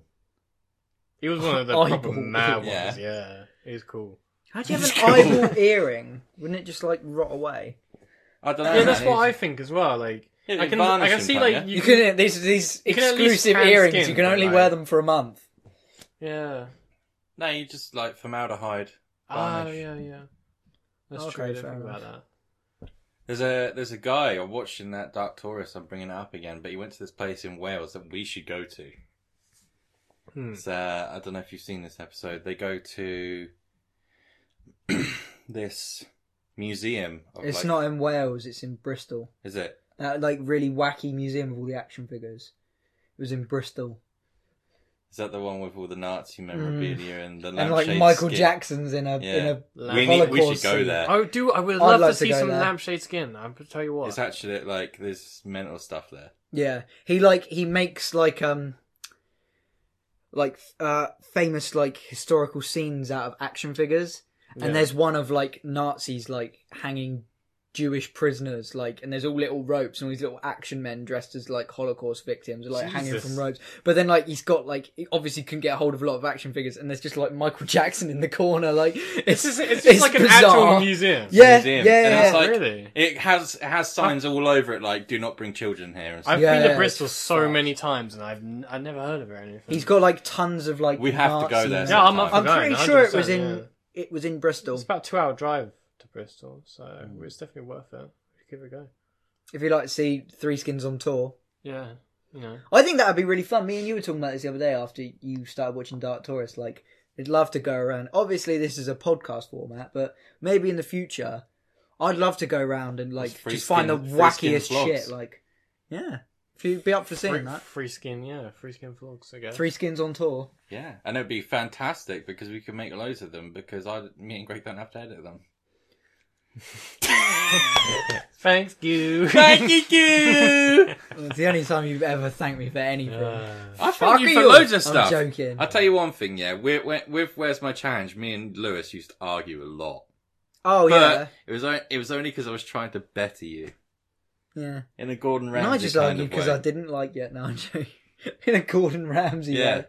he was one of the Eyeball. proper mad Yeah. ones. Yeah, he was cool. How do you have It's an cool. eyeball earring? Wouldn't it just like rot away? I don't know. Yeah, that's man, what I he's- think as well. Like Yeah, I can, varnish I can him, see can't like you? you, You can, couldn't. These these you can at least exclusive tan earrings. skin, you can but, only like- wear them for a month. yeah. No, you just like formaldehyde. Oh varnish. yeah, yeah. That's Okay, true. I didn't fair think about enough. that. There's a there's a guy I'm watching that Dark Taurus. I'm bringing it up again, but he went to this place in Wales that we should go to. Hmm. It's, uh, I don't know if you've seen this episode. They go to this museum. Of, It's like- not in Wales. It's in Bristol. Is it? That like really wacky museum of all the action figures. It was in Bristol, Is that the one with all the Nazi memorabilia and the Hmm. and like lampshade Michael skin? Jackson's in a in Yeah. a We, need, we should Holocaust go scene. Oh, there. I do. Oh, I would I'd love like to see to go some there. lampshade skin. I will tell you what. It's actually like there's mental stuff there. Yeah, he like he makes like um like uh famous like historical scenes out of action figures, and Yeah. there's one of like Nazis like hanging Jewish prisoners, like, and there's all little ropes and all these little action men dressed as like Holocaust victims, are like hanging Jesus. from ropes. But then, like, he's got like, he obviously couldn't get a hold of a lot of action figures, and there's just like Michael Jackson in the corner, like, it's It's just, it's just it's like an bizarre. actual museum. yeah, museum. yeah, And yeah. it's like, Really? It has it has signs all over it like "Do not bring children here." And stuff. I've Yeah, been yeah, to Bristol it's so fucked. many times and I've n- I've never heard of it or anything. he's got like tons of like. We have to go Nazi- there yeah, I'm sometimes. up for I'm going, pretty sure it 100%, was in yeah. it was in Bristol. It's about a two hour drive to Bristol, so Mm. it's definitely worth it. Give it a go. If you like to see Three Skins on tour, Yeah, you know. I think that would be really fun. Me and you were talking about this the other day after you started watching Dark Taurus. Like, I'd love to go around. Obviously, this is a podcast format, but maybe in the future, I'd love to go around and like That's free just find the skin- free skin wackiest vlogs. shit. Like, yeah, if you'd be up for seeing Free, that, free skin, yeah, free skin vlogs, I guess. Three Skins on tour. Yeah, and it'd be fantastic because we could make loads of them because I, me and Greg don't have to edit them. Thanks, you. Thank you. It's the only time you've ever thanked me for anything. Uh, I thank Fuck you for you. loads I'm of stuff. joking. will tell you one thing. Yeah, we're, we're, with "Where's My Challenge," me and Lewis used to argue a lot. oh yeah, But it was o- it was only because I was trying to better you yeah. in a Gordon And Ramsay I just kind argued of because way. I didn't like it. No, I'm joking. In a Gordon Ramsay Yeah. way.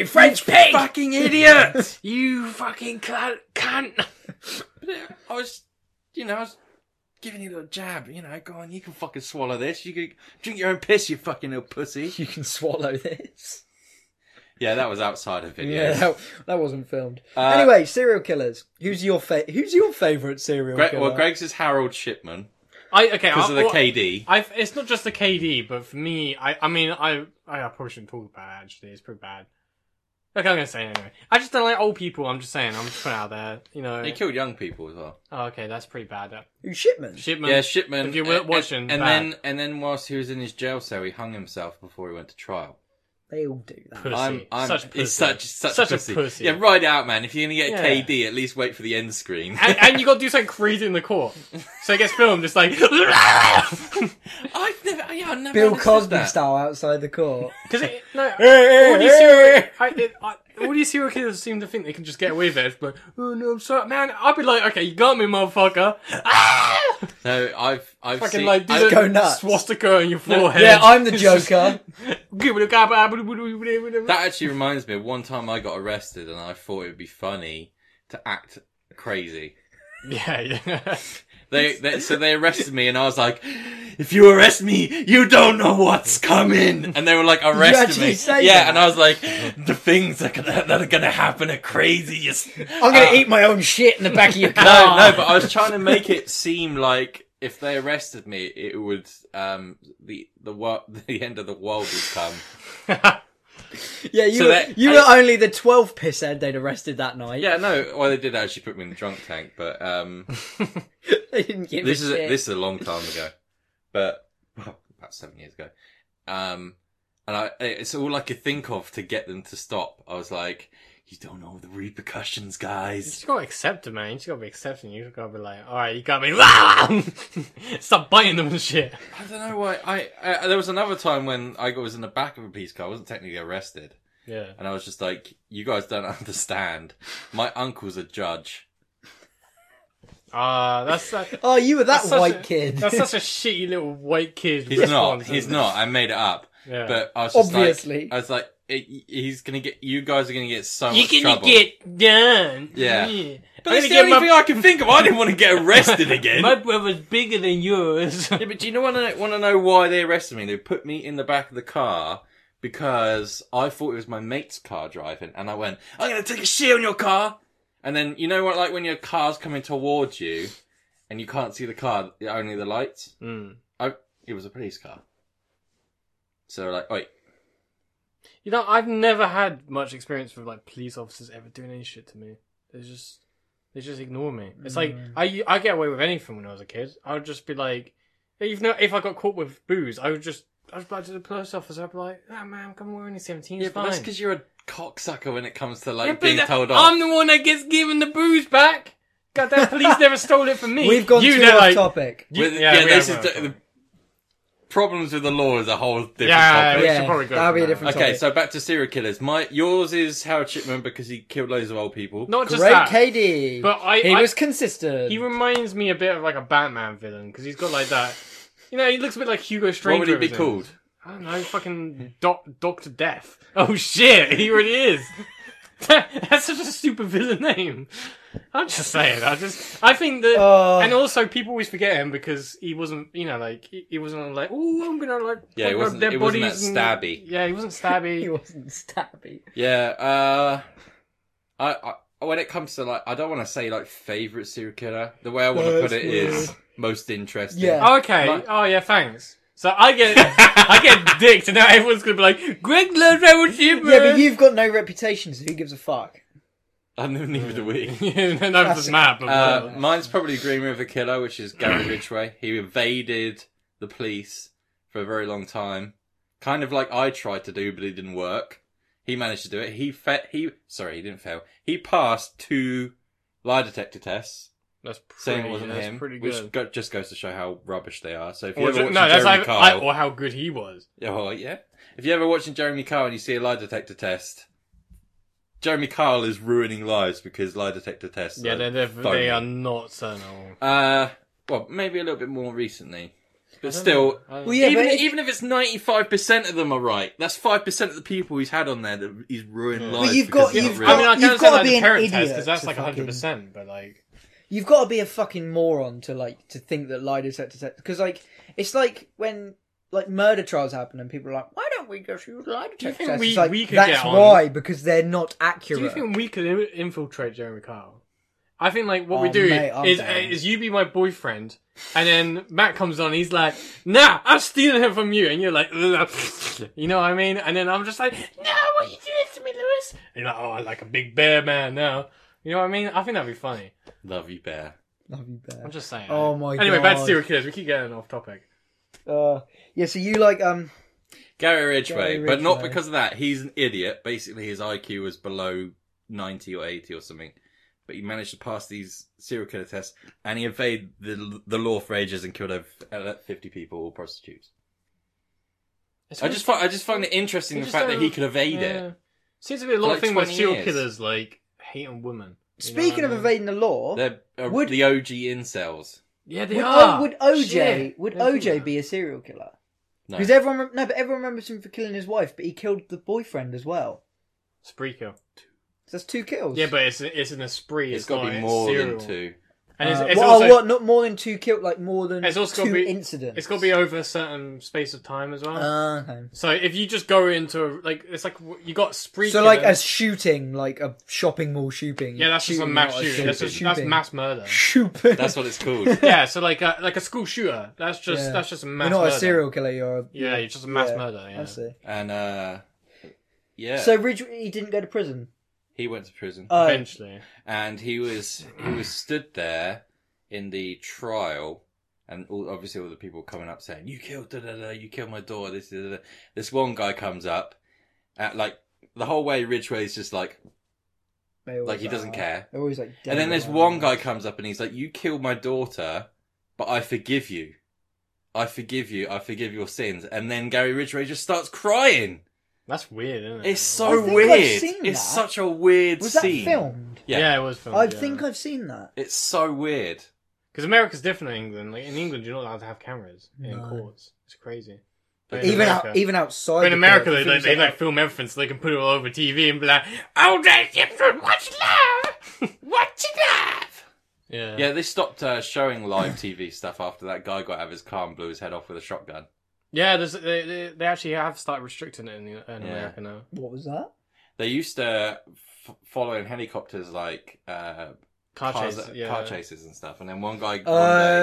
You French pig! fucking idiot! you fucking cunt! cunt. But it- I was, you know, I was giving you a little jab. You know, go on, you can fucking swallow this. You can drink your own piss, you fucking little pussy. You can swallow this. Yeah, that was outside of video. Yeah, that, that wasn't filmed. Uh, anyway, serial killers. Who's your fa- Who's your favorite serial Greg, killer? well, Greg's is Harold Shipman I okay because I, of the well, KD. I've, it's not just the KD, but for me, I I mean I I probably shouldn't talk about it. Actually, it's pretty bad. Okay, I'm gonna say it anyway. I just don't like old people. I'm just saying. I'm just putting it out there. You know. He killed young people as well. Oh, okay, that's pretty bad. That Who's Shipman? shipment. Yeah, Shipman. If you and- were and- watching, and bad. then and then whilst he was in his jail cell, he hung himself before he went to trial. they all do that. pussy. I'm, I'm such pussy. He's such such, Such a, pussy. a pussy. Yeah, ride out, man. If you're gonna get Yeah. KD, at least wait for the end screen. and, and you got to do something crazy in the court, so it gets filmed. It's like I've never, yeah, I've never Bill understood Cosby that. style outside the court. because it, no, hey, all these serial, I, it, I, all these serial killers seem to think they can just get away with it. It's like, oh no, I'm sorry, man. I'd be like, okay, you got me, motherfucker. Ah! No, I've I've Fucking seen, like do I've- the go nuts. swastika on your forehead. yeah, I'm the Joker. That actually reminds me of one time I got arrested and I thought it'd be funny to act crazy. yeah, yeah. They, they so they arrested me and I was like, "If you arrest me, you don't know what's coming." And they were like, "Arrest actually me!" say yeah, that? and I was like, "The things that, gonna, that are gonna happen are crazy." You s- I'm gonna eat my own shit in the back of your car. Uh, no, no, but I was trying to make it seem like if they arrested me, it would um the the wor- the end of the world would come. yeah, you So were, that- you I- were only the 12th pisshead they'd arrested that night. Yeah, no. Well, they did actually put me in the drunk tank, but um. they didn't give this a is a, shit. this is a long time ago, but well, about seven years ago. Um, and I it's all I could think of to get them to stop. I was like, "You don't know the repercussions, You guys." just gotta accept it, man. You just gotta be accepting. You just gotta be like, alright, you got me. Stop biting them and shit. I don't know why. I, I there was another time when I was in the back of a police car. I wasn't technically arrested, Yeah. and I was just like, "You guys don't understand. My uncle's a judge." Ah, that's that. Oh, you were that that's such white a- kid. That's such a shitty little white kid. He's not. response, He's isn't it? not. I made it up. Yeah. But I was just Obviously. like, I was like, "He- he's gonna get. You guys are gonna get so You're much gonna trouble. get done. Yeah. But I'm that's gonna the only get thing I can think of. I didn't want to get arrested again. My brother's bigger than yours. Yeah, but do you know want to want to know why they arrested me? They put me in the back of the car because I thought it was my mate's car driving, and I went, "I'm gonna take a shit on your car." And then you know what, like when your car's coming towards you, and you can't see the car, only the lights. Mm. I, it was a police car. So they're like, wait, You know, I've never had much experience with like police officers ever doing any shit to me. They just, they just ignore me. It's like I, I get away with anything when I was a kid. I would just be like, even though if I got caught with booze, I would just, I was like to the police officer, I'd be like, ah man, come on, we're only seventeen, it's yeah, but that's fine." because you're a cocksucker when it comes to like Yeah, but being the- told off. I'm the one that gets given the booze back. Goddamn police never stole it from me. We've gone you, too they're off like, topic. you- With- yeah, yeah, we this is have gone off the- topic. problems with the law is a whole different Yeah, topic. we Yeah, should probably go. that'll from be a there. different- Okay, topic. so back to serial killers. My yours is Howard Chipman because he killed loads of old people. Not just Great that, KD. but I, he I was consistent. He reminds me a bit of like a Batman villain because he's got like that. You know, he looks a bit like Hugo what Strange. would he be called? I don't know, fucking doc- Doctor Death. Oh shit, he really is. That's such a stupid villain name. I'm just saying. I just, I think that, Oh. and also people always forget him because he wasn't, you know, like he, he wasn't like, oh, I'm gonna like, Yeah, he fuck up wasn't- their he wasn't bodies that and-" stabby. Yeah, he wasn't he stabby. wasn't stabby. Yeah, uh, I, I when it comes to like, I don't want to say like favorite serial killer. The way I want to No, put that's it is most interesting. Yeah. Oh, okay. Like- oh yeah, thanks. So I get, I get dicked, and now everyone's gonna be like, Greg loves Howard Chipman. Yeah, but you've got no reputation, so who gives a fuck? I'm the name of the week. yeah, no, that was Classic. a map. Uh, mine's probably Green River Killer, which is Gary Ridgway. He evaded the police for a very long time, kind of like I tried to do, but it didn't work. He managed to do it. He fa- he sorry, he didn't fail. He passed two lie detector tests, that's saying pretty, it wasn't that's him, pretty good. which go- just goes to show how rubbish they are. So if you or, ever ju- watch no, that's Jeremy like, I, Kyle, or how good he was. oh yeah, if you ever watching Jeremy Kyle and you see a lie detector test. Jeremy Kyle is ruining lives because lie detector tests. yeah, are they're, they're, they phony. are not Sentinel. Uh, well, maybe a little bit more recently, but still, Well, yeah, even but if- even if it's ninety five percent of them are right, that's five percent of the people he's had on there that he's ruined lives. you've because got- they're you've not I mean, real. I You've can't say gotta like be the an parent test idiot because that's to like fucking- hundred percent. But like, You've got to be a fucking moron to like to think that lie detector test because like it's like when like murder trials happen and people are like, why don't we just use lie detector think tests? we- It's like, we could that's get on- why because they're not do accurate. you think we could i- infiltrate Jeremy Kyle? I think like what we Oh, do mate, I'm is down. is you be my boyfriend, and then Matt comes on. He's like, "Nah, I'm stealing her from you," and you're like, "Ugh." "You know what I mean?" And then I'm just like, "No, what you doing to me, Lewis?" And you're like, "Oh, I like a big bear man now." You know what I mean? I think that'd be funny. Love you, bear. Love you, Bear. I'm just saying. Oh my Anyway, back to God. serial killers. We keep getting off topic. Uh, yeah, so you like um Gary Ridgway, Gary but not Ridgway. because of that. He's an idiot. Basically, his IQ was below ninety or eighty or something. But he managed to pass these serial killer tests, and he evaded the the law for ages and killed over fifty people, all prostitutes. I just find I just find it interesting You the just fact that don't- he could evade Yeah. it. Seems to be a lot For of like thing with 20 serial years. killers, like hating women. You know what speaking I of mean? evading the law, They're uh, Would- the OG incels. yeah, they would, are. O- would OJ Shit. would Don't think OJ that. be a serial killer? No. Because everyone rem- no, but everyone remembers him for killing his wife, but he killed the boyfriend as well. spree kill? So that's two kills. Yeah, but it's it's in a spree. it's got to not be in more serial. than two. And it's, Uh, it's what, also what, not more than two killed, like more than it's also two got to be incidents. It's got to be over a certain space of time as well. Ah, okay. so if you just go into a, like it's like w- you got spree. So like killer. a shooting, like a shopping mall shooting. yeah, that's just a mass not shooting. That's, just, that's mass murder. shooting. That's what it's called. yeah, so like a, like a school shooter. That's just Yeah. that's just a mass. You're not murder. a serial killer. You're a, Yeah, you're just a mass murder. Yeah. I see. and uh yeah, So Ridge, he didn't go to prison. he went to prison, Oh, Eventually, and he was he was stood there in the trial, and all, obviously all the people coming up saying, "You killed da da da, you killed my daughter." This da, da, da. this one guy comes up, at, like the whole way Ridgway's just like, they always Like, he doesn't are. care. They're always like. and then dead this or one guy whatever. comes up and he's like, "You killed my daughter, but I forgive you." I forgive you. I forgive your sins. And then Gary Ridgway just starts crying. that's weird, isn't it? It's I so think I've weird. seen It's that. such a weird Was that scene. filmed? Yeah. Yeah, it was filmed. I Oh, yeah. think I've seen that. It's so weird. Because America's different in England. Like in England, you're not allowed to have cameras in No. courts. It's crazy. But Like, in Even America- out, even outside. but in the America, court, they, like, films they like like film everything, so they can put it all over TV and be like, "Oh, that's different. Watch love. Watch love." Yeah. Yeah, they stopped uh, showing live TV stuff after that guy got out of his car and blew his head off with a shotgun. Yeah. There's, they, they they actually have started restricting it in, the, in Yeah. America now. that. What was that? They used to f- follow in helicopters like uh, Car cars- uh, chases. Yeah. car chases and stuff, and then one guy Oh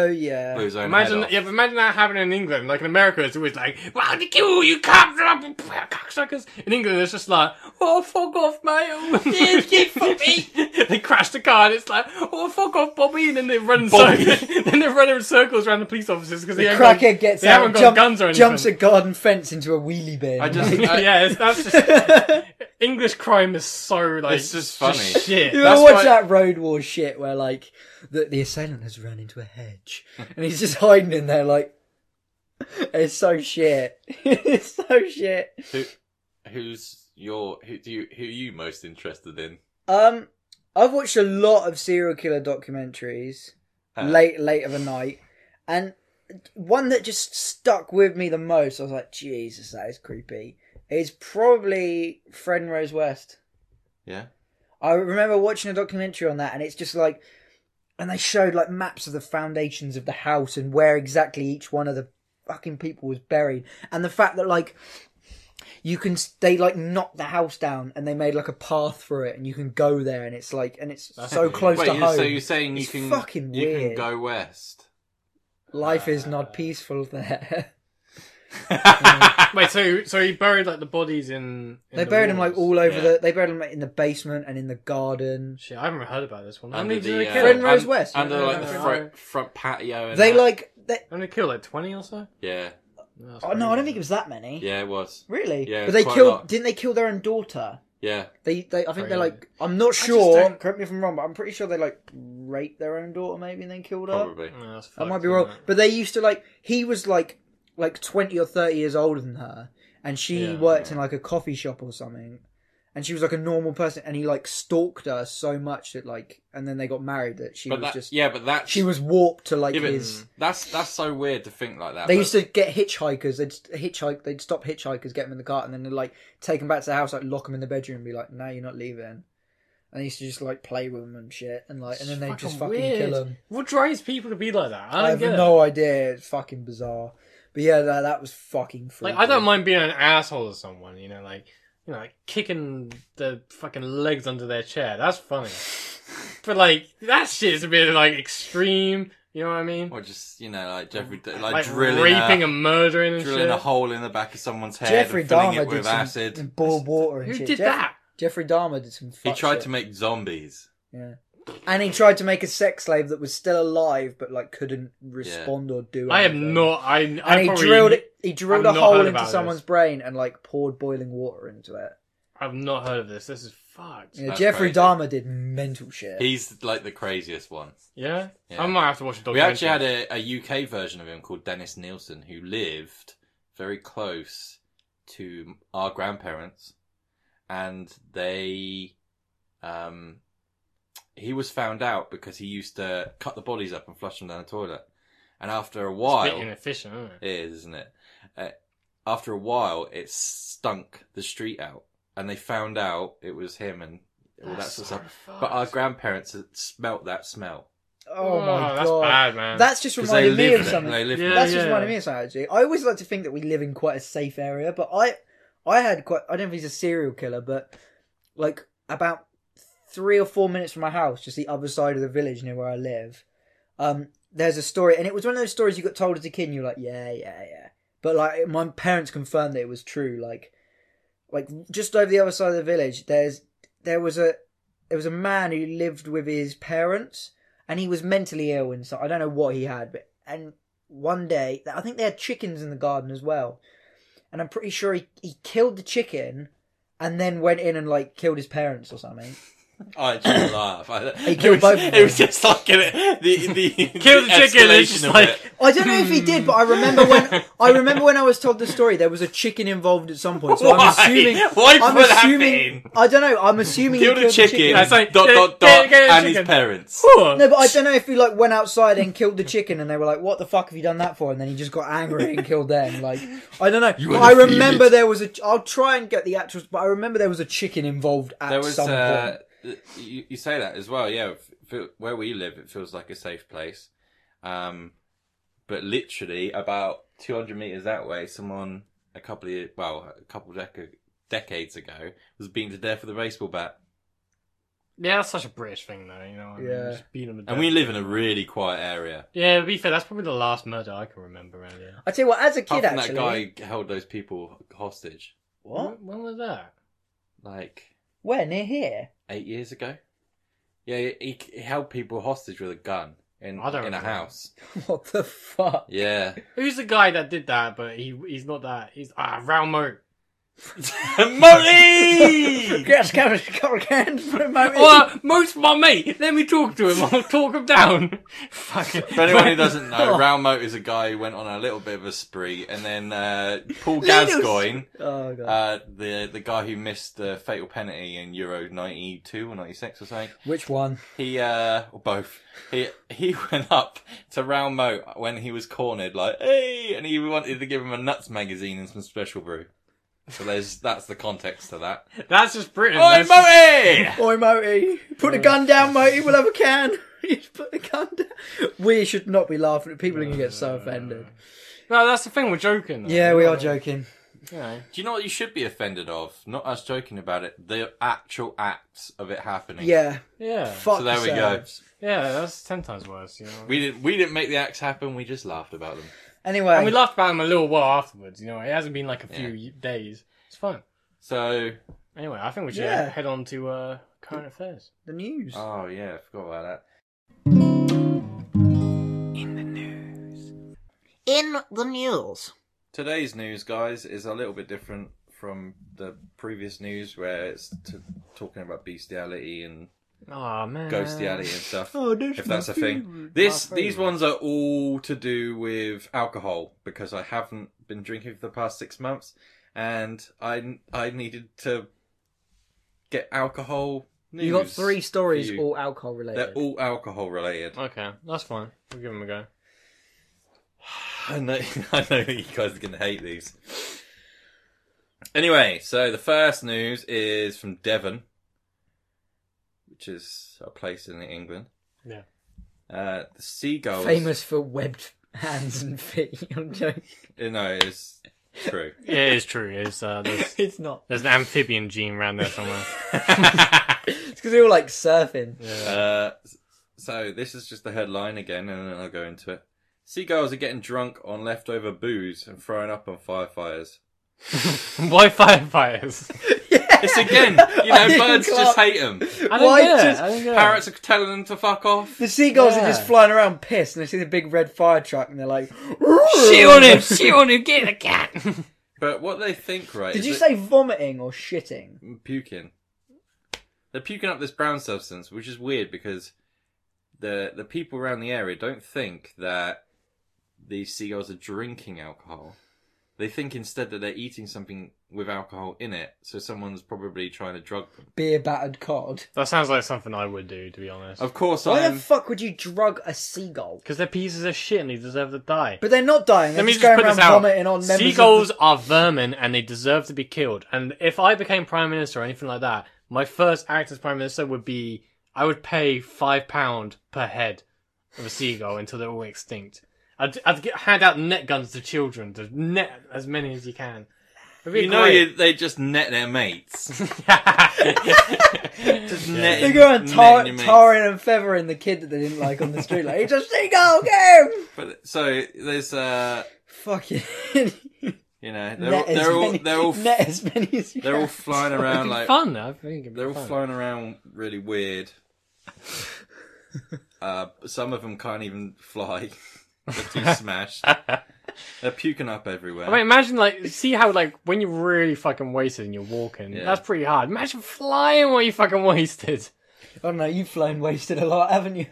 one day blew yeah. his own Imagine, head off. yeah, but imagine that happening in England. Like in America, it's always like, "Well, the kill you can't drop cocksuckers." In England, it's just like, "Oh, fuck off, mate! Oh, yeah, yeah, fuck me!" they crash the car, and it's like, "Oh, fuck off, Bobby!" And then they run in Bobby. circles. then they run in circles around the police officers because The they haven't got- crackhead gets they out, haven't got jump- guns or jumps a anything. garden fence into a wheelie bin. I just- I- yeah, it's, that's just English crime is so like It's just funny. shit. You That's ever watch why- that Road War shit where like the, the assailant has run into a hedge and he's just hiding in there like It's so shit. it's so shit. Who, who's your who do you who are you most interested in? Um, I've watched a lot of serial killer documentaries Uh, late, late of a night, and one that just stuck with me the most. I was like, Jesus, that is creepy. Is probably Fred and Rose West. Yeah. I remember watching a documentary on that, and it's just like, and they showed like maps of the foundations of the house and where exactly each one of the fucking people was buried, and the fact that like you can s- they like knocked the house down and they made like a path for it, and you can go there, and it's like, and it's so close Wait, to you- home. so you're saying you It's can fucking you can weird. go west? Life uh, is not peaceful there. Wait, so so he buried like the bodies in. in they the buried him like walls? all over yeah. the. They buried him like, in the basement and in the garden. Shit, I haven't heard about this one. How Under many did the, they uh, kill? Fred and Rose un- West, Under yeah, like no, the no, front, front patio. And They that. like. They, How many killed? Like twenty or so. yeah, No, that's oh no, I don't crazy. think it was that many. yeah, it was. Really? Yeah, But they quite a killed. lot. Didn't they kill their own daughter? Yeah, They, they, I think they're Really? like, I'm not sure. don't- Correct me if I'm wrong, but I'm pretty sure they like raped their own daughter, maybe, and then killed her. probably. No, that's I fucked, might be isn't wrong, it? but they used to like. He was like, like twenty or thirty years older than her, and she Yeah, worked in like a coffee shop or something, and she was like a normal person, and he like stalked her so much that like, and then they got married that she But was that, just, yeah, but that's she was warped to like yeah, but his. that's that's so weird to think like that. They but- used to get hitchhikers. They'd st- hitchhike. They'd stop hitchhikers, get them in the cart, and then they'd, like take them back to the house, like lock them in the bedroom, and be like, "No, you're not leaving." And they used to just like play with them and shit, and like, and then they would just fucking kill weird. them. What drives people to be like that? I I, don't have get it. no idea. It's fucking bizarre. But yeah, that, that was fucking freaky. Like, I don't mind being an asshole to someone, you know, like, you know, like kicking the fucking legs under their chair. That's funny. but, like, that shit is a bit, like, extreme. You know what I mean? or just you know like Jeffrey, like, Like, drilling raping a, and murdering and drilling shit. a hole in the back of someone's head Jeffrey and filling Dahmer it did with some acid. and boiled water and Who shit. did Jeff- that? Jeffrey Dahmer did some. He fuck tried shit. to make zombies. Yeah. And he tried to make a sex slave that was still alive, but like couldn't respond or do. Anything. I am not. I, I and he probably, drilled it. He drilled I've a not hole heard into about this. someone's brain and like poured boiling water into it. I've not heard of this. This is fucked. Yeah, That's Jeffrey crazy. Dahmer did mental shit. He's like the craziest one. Yeah? Yeah. I might have to watch a We documentary. actually had a, a UK version of him called Dennis Nielsen, who lived very close to our grandparents, and they, um, he was found out because he used to cut the bodies up and flush them down the toilet, and after a It's a while, bit inefficient, isn't it? it is, isn't it? Uh, after a while, it stunk the street out, and they found out it was him and all that That's sort of so stuff. But our fucked. grandparents had smelt that smell. oh my that's god, bad, man. that's just 'Cause they reminded me lived of it. something. They lived Yeah. it. that's just reminded me of something. Actually, I always like to think that we live in quite a safe area, but I, I had quite. I don't know if he's a serial killer, but like about three or four minutes from my house, just the other side of the village near where I live. Um, there's a story, and it was one of those stories you got told as a kid, and you're like, yeah, yeah, yeah. But like, my parents confirmed that it was true. Like, like just over the other side of the village, there's there was a there was a man who lived with his parents, and he was mentally ill, and so I don't know what he had, but and one day, I think they had chickens in the garden as well, and I'm pretty sure he he killed the chicken. And then went in and like killed his parents or something. I just Oh, laugh. I, He it was, killed both of It was them. just like an, the the Kill the chicken, it's escalation just of like- it. I don't know if he did, but I remember when I remember when I was told the story, there was a chicken involved at some point. So Why? I'm assuming. Why I'm put that assuming. in? I don't know. I'm assuming Kill he the killed chicken. the That's chicken. like, dot kill- dot kill- dot, kill the and chicken. his parents. No, but I don't know if he like went outside and killed the chicken, and they were like, "What the fuck have you done that for?" And then he just got angry and killed them. Like, I don't know. You But are I defeated. remember there was a. I'll try and get the actual. But I remember there was a chicken involved at There was some uh, point. you, you say that as well. Yeah, f- feel- where we live, it feels like a safe place. Um, but literally about 200 meters that way, someone a couple of year- well, a couple dec- decades ago was beaten to death with a baseball bat. yeah, that's such a British thing, though, you know what I mean? Yeah. Just beat them to And death. we live in a really quiet area. Yeah, to be fair, that's probably the last murder I can remember around here. I tell you what, as a Apart kid, from actually. that guy held those people hostage What? When- When was that? like Where near here? eight years ago. Yeah, he, he held people hostage with a gun in, I don't in a remember. house. What the fuck? Yeah. Who's the guy that did that? But he he's not that. He's ah Ralmo. Molly! Yes, cover, cover can for a moment. Well, uh, most my mate. Let me talk to him. I'll talk him down. Fuck it. For anyone who doesn't Oh. know, Round Moat is a guy who went on a little bit of a spree, and then uh, Paul Gascoigne, oh god. uh, the the guy who missed the fatal penalty in Euro '92 or '96 or something, Which one? he uh, or both, he he went up to Round Moat when he was cornered, like hey, and he wanted to give him a nuts magazine and some special brew. So there's that's the context to that. That's just Britain. Oi, That's- Moaty! Oi, Moti, put the gun down, Moti. We'll have a can. He's put the gun down. We should not be laughing. People are gonna get so offended. No, that's the thing. We're joking. Uh, though. Yeah, we are joking. You know. Do you know what you should be offended of? Not us joking about it, the actual acts of it happening. Yeah. Yeah. Fuck So there we go. yourselves. Yeah. That's ten times worse. You know. We didn't we didn't make the acts happen. We just laughed about them. Anyway, and we laughed about him a little while afterwards. You know, it hasn't been like a few days. It's fine. So Anyway, I think we should Yeah. head on to uh, current affairs. the news. oh yeah, I forgot about that. In the news. Today's news, guys, is a little bit different from the previous news where it's t- talking about bestiality and Oh man. ghostiality and stuff. Oh, that's if that's a thing. This these ones are all to do with alcohol because I haven't been drinking for the past six months, and I I needed to get alcohol. News You got three stories, for you. all alcohol related. They're all alcohol related. Okay, that's fine. We'll give him a go. I know, I know that you guys are going to hate these. Anyway, so the first news is from Devon, which is a place in England. Yeah. Uh, the seagulls. Famous for webbed hands and feet. I'm joking. Uh, No, it's true. Yeah, it is true. It's uh, there's, It's not. there's an amphibian gene around there somewhere. It's because they were like surfing. Uh, so this is just the headline again, and then I'll go into it. Seagulls are getting drunk on leftover booze and throwing up on firefighters. Why firefighters? It's again, you know, I birds can't- just hate them. I Why get it, just I don't get it. Parrots are telling them to fuck off. The seagulls are just Yeah. flying around pissed and they see the big red fire truck and they're like, Shit on him! Shit on him! Get the cat! But what they think, right? Did is you that- say vomiting or shitting? puking. They're puking up this brown substance, which is weird because the the people around the area don't think that these seagulls are drinking alcohol. They think instead that they're eating something with alcohol in it, so someone's probably trying to drug them. Beer battered cod. That sounds like something I would do, to be honest. Of course, Why the I'm. fuck would you drug a seagull? Because they're pieces of shit and they deserve to die. But they're not dying. They're Let me just, just put going this around out. vomiting on members. Seagulls Of are vermin and they deserve to be killed. And if I became prime minister or anything like that, my first act as prime minister would be I would pay five pound per head of a seagull until they're all extinct. I'd, I'd get, hand out net guns to children to net as many as you can. It'd be You know, great. you, they just net their mates. just the... net. They go around net tar- your mates. tarring and feathering the kid that they didn't like on the street. Like, it's a seagull game! But, so there's uh, Fucking. you know, they're all, net as they're all many- they're all net as many as you they're can. all flying around It'd be like fun, though. I think it'd be They're all fun. flying around really weird. uh, some of them can't even fly. They're too smashed. They're puking up everywhere. I mean, imagine like see how like when you're really fucking wasted and you're walking, Yeah. that's pretty hard. Imagine flying while you're fucking wasted. I don't know, Oh, you've flown wasted a lot, haven't you?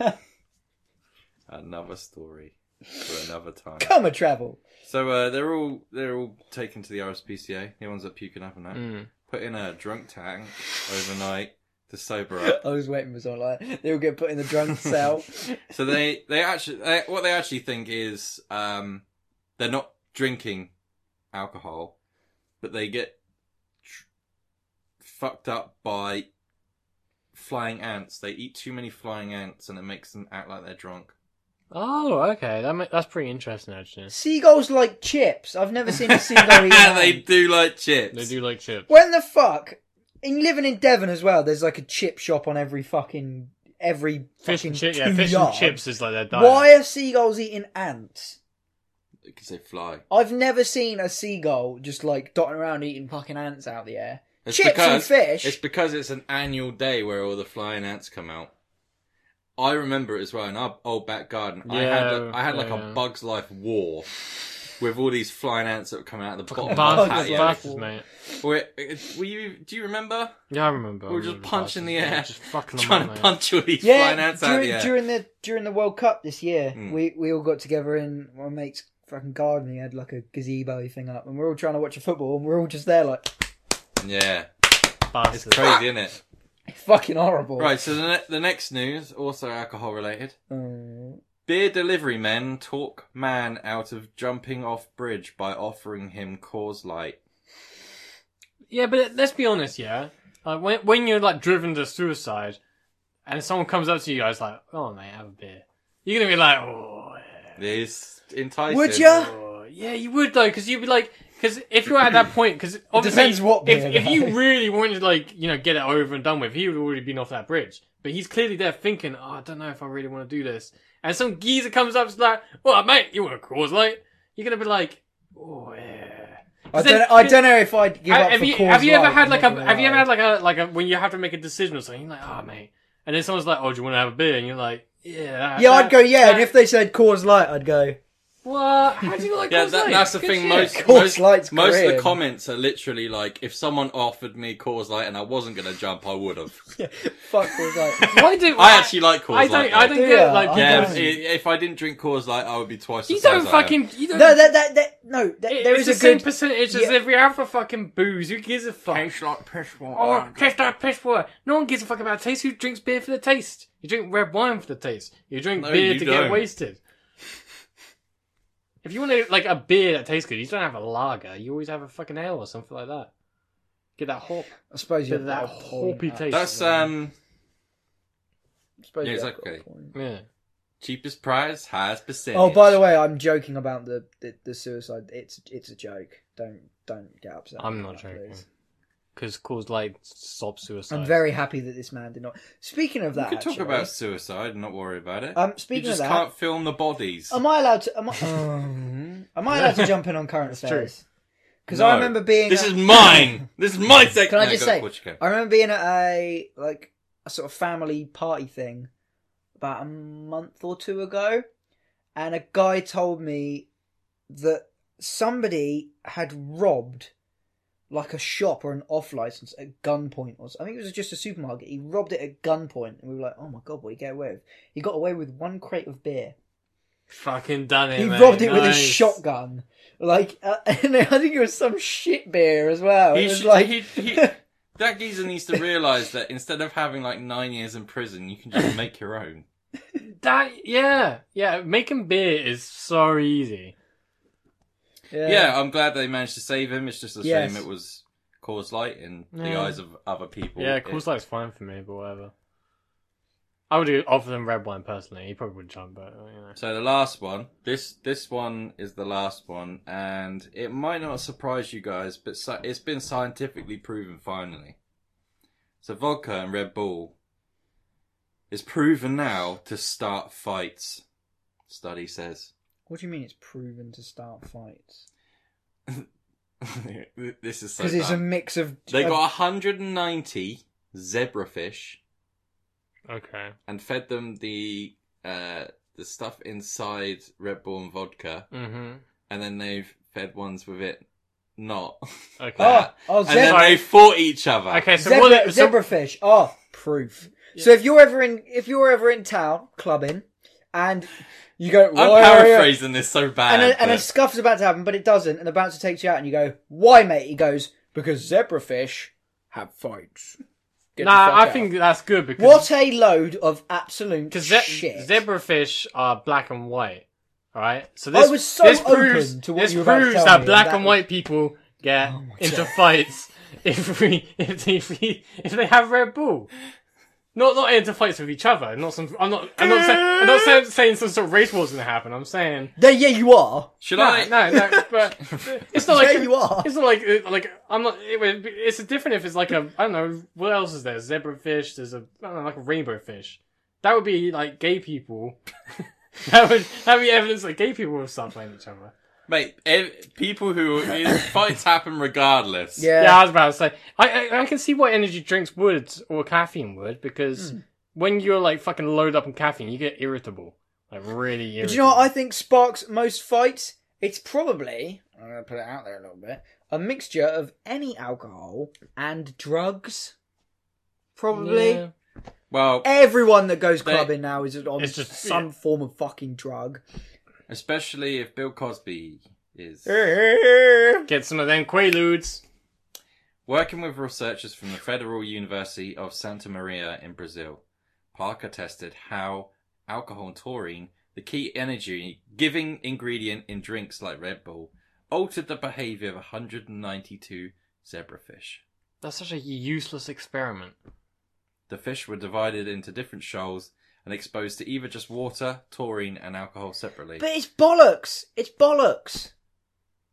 Another story for another time. Come a travel. So uh, they're all they're all taken to the RSPCA. The ones that puking up and Mm. that Hmm. put in a drunk tank overnight to sober up. I was waiting for someone like that. They'll get put in the drunk cell. So they they actually they, what they actually think is um they're not drinking alcohol, but they get tr- fucked up by flying ants. They eat too many flying ants, and it makes them act like they're drunk. Oh, okay, that ma- that's pretty interesting actually. Seagulls like chips. I've never seen a seagull eat. they ham. do like chips. They do like chips. When the fuck? In living in Devon as well, there's like a chip shop on every fucking every Fish fucking and chips, two yeah, fish and yards. chips is like their diet. Why are seagulls eating ants? because they fly. I've never seen a seagull just like dotting around eating fucking ants out of the air. It's chips and because- fish. It's because it's an annual day where all the flying ants come out. I remember it as well in our old back garden. I had Yeah, I had like yeah. a Bugs Life war with all these flying ants that were coming out of the bottom of our Bastards, patio. bastards, mate. Were, it- were you? Do you remember? Yeah, I remember. We were I just remember punching the bastards, air, yeah, Just fucking them trying up, to mate. punch all these flying Yeah, ants out of during, the air. during the during the World Cup this year, Hmm. Mm. we we all got together in my mate's fucking garden. He had like a gazebo thing up, and we're all trying to watch a football, and we're all just there like yeah, it's Bastards. crazy, isn't it? fucking horrible. Right. So the, ne- the next news, also alcohol related. Um, Beer delivery men talk man out of jumping off bridge by offering him cause light. Yeah, but let's be honest, yeah. Like when when you're like driven to suicide, and someone comes up to you guys like, "Oh mate, have a beer," you're gonna be like, "Oh, It's enticing. would ya? yeah, oh, yeah," you would though, because you'd be like, because if you're at that point, because obviously, depends what if beer, if you though. really wanted to, like you know get it over and done with, he would have already been off that bridge. But he's clearly there thinking, "Oh, I don't know if I really want to do this." And some geezer comes up, and's like, "Well, mate, you want a cause light?" You're gonna be like, "Oh yeah." I 'Cause don't then- I don't know if I'd give have, up have for you cause have you ever light, had I'm like a not gonna have you ever lie. had like a like a when you have to make a decision or something you're like oh mate and then someone's like oh do you want to have a beer and you're like yeah that- Yeah, I'd that- go yeah, and that- if they said cause light, I'd go. what how do you like Yeah, Coors that, Light? that's the Good thing. shit. Most Cause most, light's most of grim. the comments are literally like, if someone offered me cause light and I wasn't going to jump, I would have. Fuck cause light. why do I actually like cause I light. don't I don't though. get it, Yeah, like Yeah, yeah, if, don't. if I didn't drink cause light, I would be twice. you the size don't I am. fucking you don't No, that that that no. That, it- there it's is the a same good. percentage as Yeah. if we have for fucking booze who gives a fuck Oh, taste that piss water. No one gives a fuck about taste. Who drinks beer for the taste? You drink red wine for the taste. You drink No, beer you to don't. get wasted. If you want to, like, a beer that tastes good, you don't have a lager. You always have a fucking ale or something like that. Get that hop, I suppose bit you're of that hoppy taste. That's um Suppose Yeah, you've got exactly. a point. yeah. cheapest price, highest percentage. Oh, by the way, I'm joking about the, the, the suicide. It's it's a joke. Don't don't get upset. I'm about not that, joking. please. Because caused like sob suicide. I'm very happy that this man did not. Speaking of we that, could talk actually, about suicide and not worry about it. Um, you speaking of just that, can't film the bodies. am I allowed to? Am I, am I allowed to jump in on current affairs? Because No. I remember being. This at- is mine. This is my section. Can I No, just go- say- of course you can. I remember being at a like a sort of family party thing about a month or two ago, and a guy told me that somebody had robbed like a shop or an off license at gunpoint or s- I think it was just a supermarket. He robbed it at gunpoint, and we were like, "Oh my god, what did he get away with?" He got away with one crate of beer. fucking done it. He mate. robbed it with a Nice. shotgun. Like, uh, and I think it was some shit beer as well. He it was should- like, he- he- that geezer needs to realise that instead of having like nine years in prison, you can just make your own. That yeah, yeah. Making beer is so easy. Yeah. I'm glad they managed to save him. It's just a Yes. shame it was caused light in the Yeah. eyes of other people. Yeah, It- Coors Light's fine for me, but whatever. I would offer them red wine personally. He probably would jump, but you know. So the last one, this this one is the last one, and it might not surprise you guys, but sci- it's been scientifically proven finally. So vodka and Red Bull is proven now to start fights. Study says What do you mean it's proven to start fights? this is so. Because it's a dumb. mix of. They of- got 190 zebrafish Okay. and fed them the uh, the stuff inside Red Bull and vodka, Mm-hmm. and then they've fed ones with it not. Okay. Oh, oh and then zebra, they fought each other. okay. So zebra, what? So, zebrafish. Oh, proof. So if you're ever in, if you're ever in town clubbing, and you go, I'm "Why are you-" paraphrasing this so bad. and a, and a but- scuff's about to happen, but it doesn't, and the bouncer takes you out, and you go, "Why, mate?" He goes, "Because zebrafish have fights." Get the nah, fuck I out." think that's good because What a load of absolute Because shit. zebrafish are black and white. All right. So I this was so this open proves to what this you were about to proves tell that me, black and and, that- Oh white people get into fights if we if they if, we, if they have Red Bull. Not not into fights with each other. Not some. I'm not. I'm not saying. I'm not saying, saying some sort of race war's gonna happen. I'm saying. There, yeah, you are. Should No, I? no, no. But it's not like yeah, you are. it's not like uh, like I'm not. It, would be- it's different if it's like a I don't know what else is there. Zebrafish. There's a I don't know like a rainbow fish. That would be like gay people. that would that would be evidence that gay people would start playing each other. Mate, ev- people who. fights happen regardless. Yeah. Yeah, I was about to say. I, I I can see what energy drinks would or caffeine would because when you're like fucking loaded up on caffeine, you get irritable, like really irritable. But you know what I think sparks most fights It's probably, I'm going to put it out there a little bit, a mixture of any alcohol and drugs. Probably. Yeah. Well, Everyone that goes They- clubbing now is on It's just- some form of fucking drug. especially if Bill Cosby is Get some of them Quaaludes. working with researchers from the Federal University of Santa Maria in Brazil. Parker tested how alcohol and taurine, the key energy giving ingredient in drinks like Red Bull, altered the behavior of 192 zebrafish. That's such a useless experiment. The fish were divided into different shoals and exposed to either just water, taurine, and alcohol separately. But it's bollocks. It's bollocks.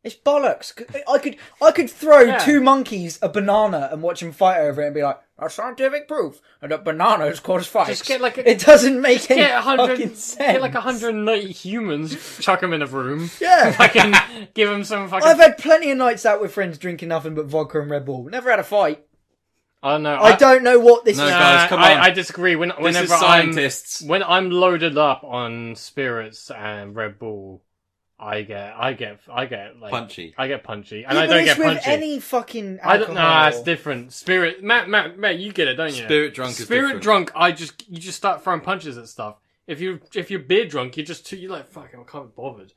It's bollocks. I could I could throw Yeah. two monkeys a banana and watch them fight over it and be like, "That's scientific proof and that bananas cause fights." Just get like a- it doesn't make any Get a hundred, fucking sense. get like a hundred and ninety humans, chuck them in a room, Yeah. fucking give them some fucking. I've had plenty of nights out with friends drinking nothing but vodka and Red Bull. Never had a fight. I don't know. I don't know what this No, is. Nah, guys, come I, on. I disagree. When, this whenever is scientists. I'm when I'm loaded up on spirits and Red Bull, I get I get I get like Punchy. I get punchy, and Yeah, I but don't it's get with punchy. any fucking alcohol. I don't. Nah, it's different. Spirit, Matt, Matt, Matt, you get it, don't you? Spirit drunk is Spirit different. drunk. I just you just start throwing punches at stuff. If you if you're beer drunk, you're just too. You're like fuck, I can't be bothered.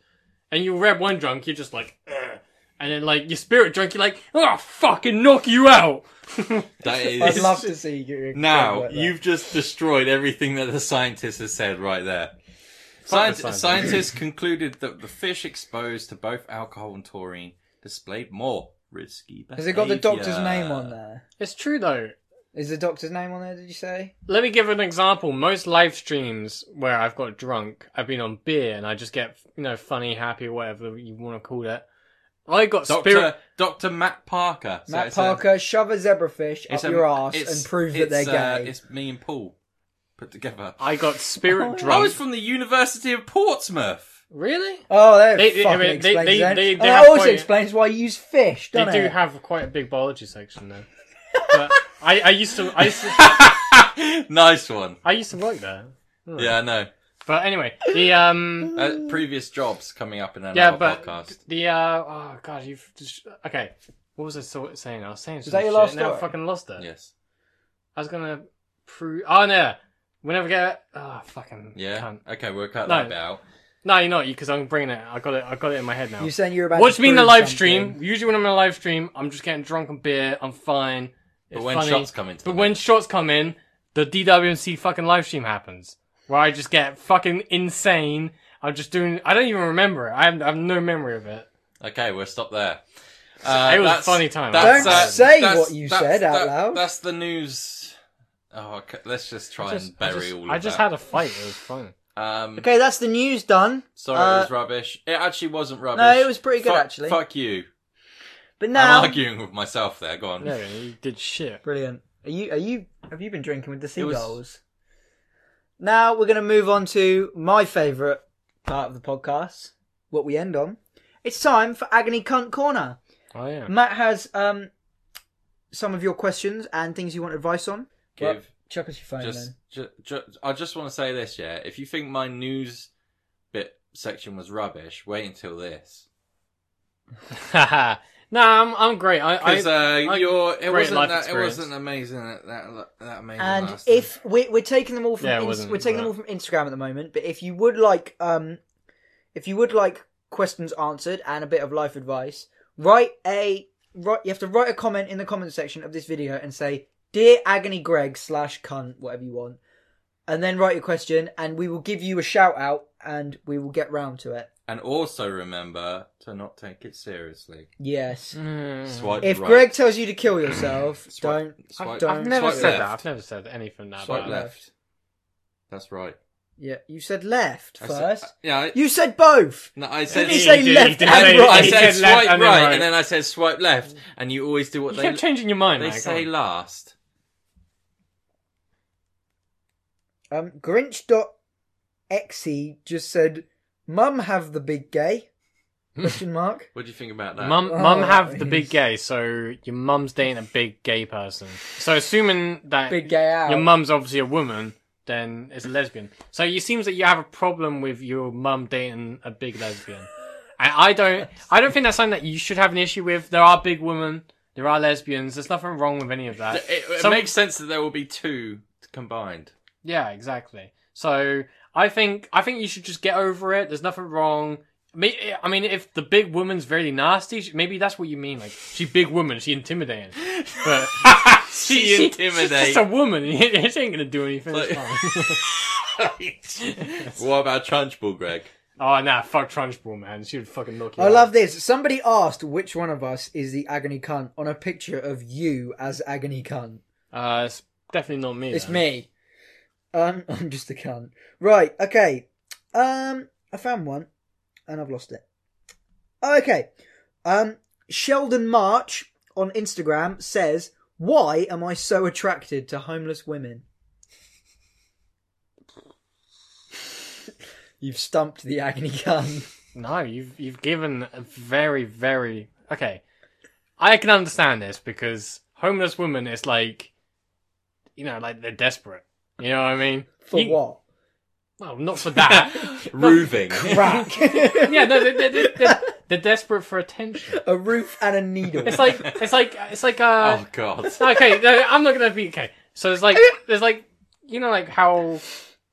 And you red wine drunk, you're just like, Ugh. and then like your spirit drunk, you're like, oh fucking knock you out. That I'd is- love to see you. Now, like that. you've just destroyed everything that the scientist has said right there. Fuck Scient- the scientists. scientists concluded that the fish exposed to both alcohol and taurine displayed more risky behavior. Has it got the doctor's name on there? It's true though. Is the doctor's name on there? Did you say? Let me give an example. Most live streams where I've got drunk, I've been on beer and I just get, you know, funny, happy, whatever you want to call it. I got Doctor, spirit. Doctor Matt Parker. So Matt it's a- Parker, shove a zebrafish up it's a- your ass it's- and prove that they're it's, uh, gay. it's me and Paul put together. I, I got spirit drunk. was from the University of Portsmouth. Really? oh, that They- they- fucking I mean, they- explains they- that. they- And they that have also quite- explains why you use fish, They don't do it? have quite a big biology section though. But I, I used to, I used to, nice one. I used to work there. Yeah, I know. But anyway, the um, Uh, previous jobs coming up in another yeah, but podcast. the uh, oh god, you've just okay. What was I so- saying? I was saying some that your shit, last and now I story? fucking lost it. Yes. I was gonna prove. Oh no, we never get. Oh fucking Yeah. cunt. Okay, we'll cut No. that bit out. No, you're not. Because I'm bringing it. I got it. I got it in my head now. You're saying you're about Watch to me in the prove live something. stream. Usually when I'm in a live stream, I'm just getting drunk on beer. I'm fine. But It's when funny. shots come into the But when mix. shots come in, the DWMC fucking live stream happens where I just get fucking insane. I'm just doing. I don't even remember it. I have, I have no memory of it. Okay, we'll stop there. Uh, It was a that's- funny time. that's, Don't uh, say that's- what you that's- said out that- loud. That's the news. Oh, okay, let's just try and I bury just, all of I just that. had a fight. It was fun. Um, Okay, that's the news done. Sorry, it was rubbish. It actually wasn't rubbish. it was pretty good, Fuck- actually. Fuck you. But I'm now, arguing with myself there. Go on. No, you did shit. brilliant. Are you? Are you? Have you been drinking with the was- seagulls? Now we're going to move on to my favourite part of the podcast. What we end on. It's time for agony cunt corner. Oh yeah. Matt has um some of your questions and things you want advice on. Give Chuck us your phone just, ju- ju- I just want to say this, yeah. If you think my news bit section was rubbish, wait until this nah, I'm I'm great. I, I, because uh, you're it great wasn't life that, it experience. wasn't amazing that that, that amazing. And last time. if we're, we're taking them all from Yeah, it Ins- wasn't, we're taking them but- all from Instagram at the moment, but if you would like um if you would like questions answered and a bit of life advice, write a write you have to write a comment in the comment section of this video and say dear agony greg slash cunt whatever you want, and then write your question and we will give you a shout out and we will get round to it. And also remember to not take it seriously. Yes. Mm. Swipe If right. Greg tells you to kill yourself, Swipe- don't. swipe- I've I've never swipe said that. left. I've never said anything that. Swipe bad. left. That's right. Yeah, you said left I first. said- uh, yeah, I, you said both. no, I said. Didn't he say did, he left did and say- I right? he said said left swipe and then right, right. and then I said swipe left, and you always do what they You kept changing your mind. they mate, say come on. last. Um, Grinch.exe just said, "Mum have the big gay?" Question mark. What do you think about that? Mum, Oh, mum have the yes. big gay, so your mum's dating a big gay person. So assuming that Big gay out. your mum's obviously a woman, then it's a lesbian. So it seems that you have a problem with your mum dating a big lesbian. And I don't, I don't think that's something that you should have an issue with. There are big women, there are lesbians. There's nothing wrong with any of that. It, it Some- makes sense that there will be two combined. Yeah, exactly. So I think I think you should just get over it. There's nothing wrong. May- I mean, if the big woman's really nasty, she- maybe that's what you mean. Like she big woman, she intimidating. But She She's intimidates. just a woman. she ain't gonna do anything. it's fine. what about Trunchbull, Greg? oh nah, fuck Trunchbull, man. She would fucking milk you. I out. love this. Somebody asked which one of us is the agony cunt on a picture of you as agony cunt. Uh, it's definitely not me. It's though. me. Um, I'm just a cunt. Right. Okay. Um, I found one, and I've lost it. Okay. Um, Sheldon March on Instagram says, "Why am I so attracted to homeless women?" You've stumped the agony cunt. No, you've you've given a very very okay. I can understand this because homeless women is like, you know, like they're desperate. You know what I mean? For You- what? Well, not for that. Rooving. Crack. yeah, no, they're, they're, they're, they're desperate for attention. a roof and a needle. It's like it's like it's like uh. Oh God. Okay, no, I'm not gonna be okay. So it's like there's like you know like how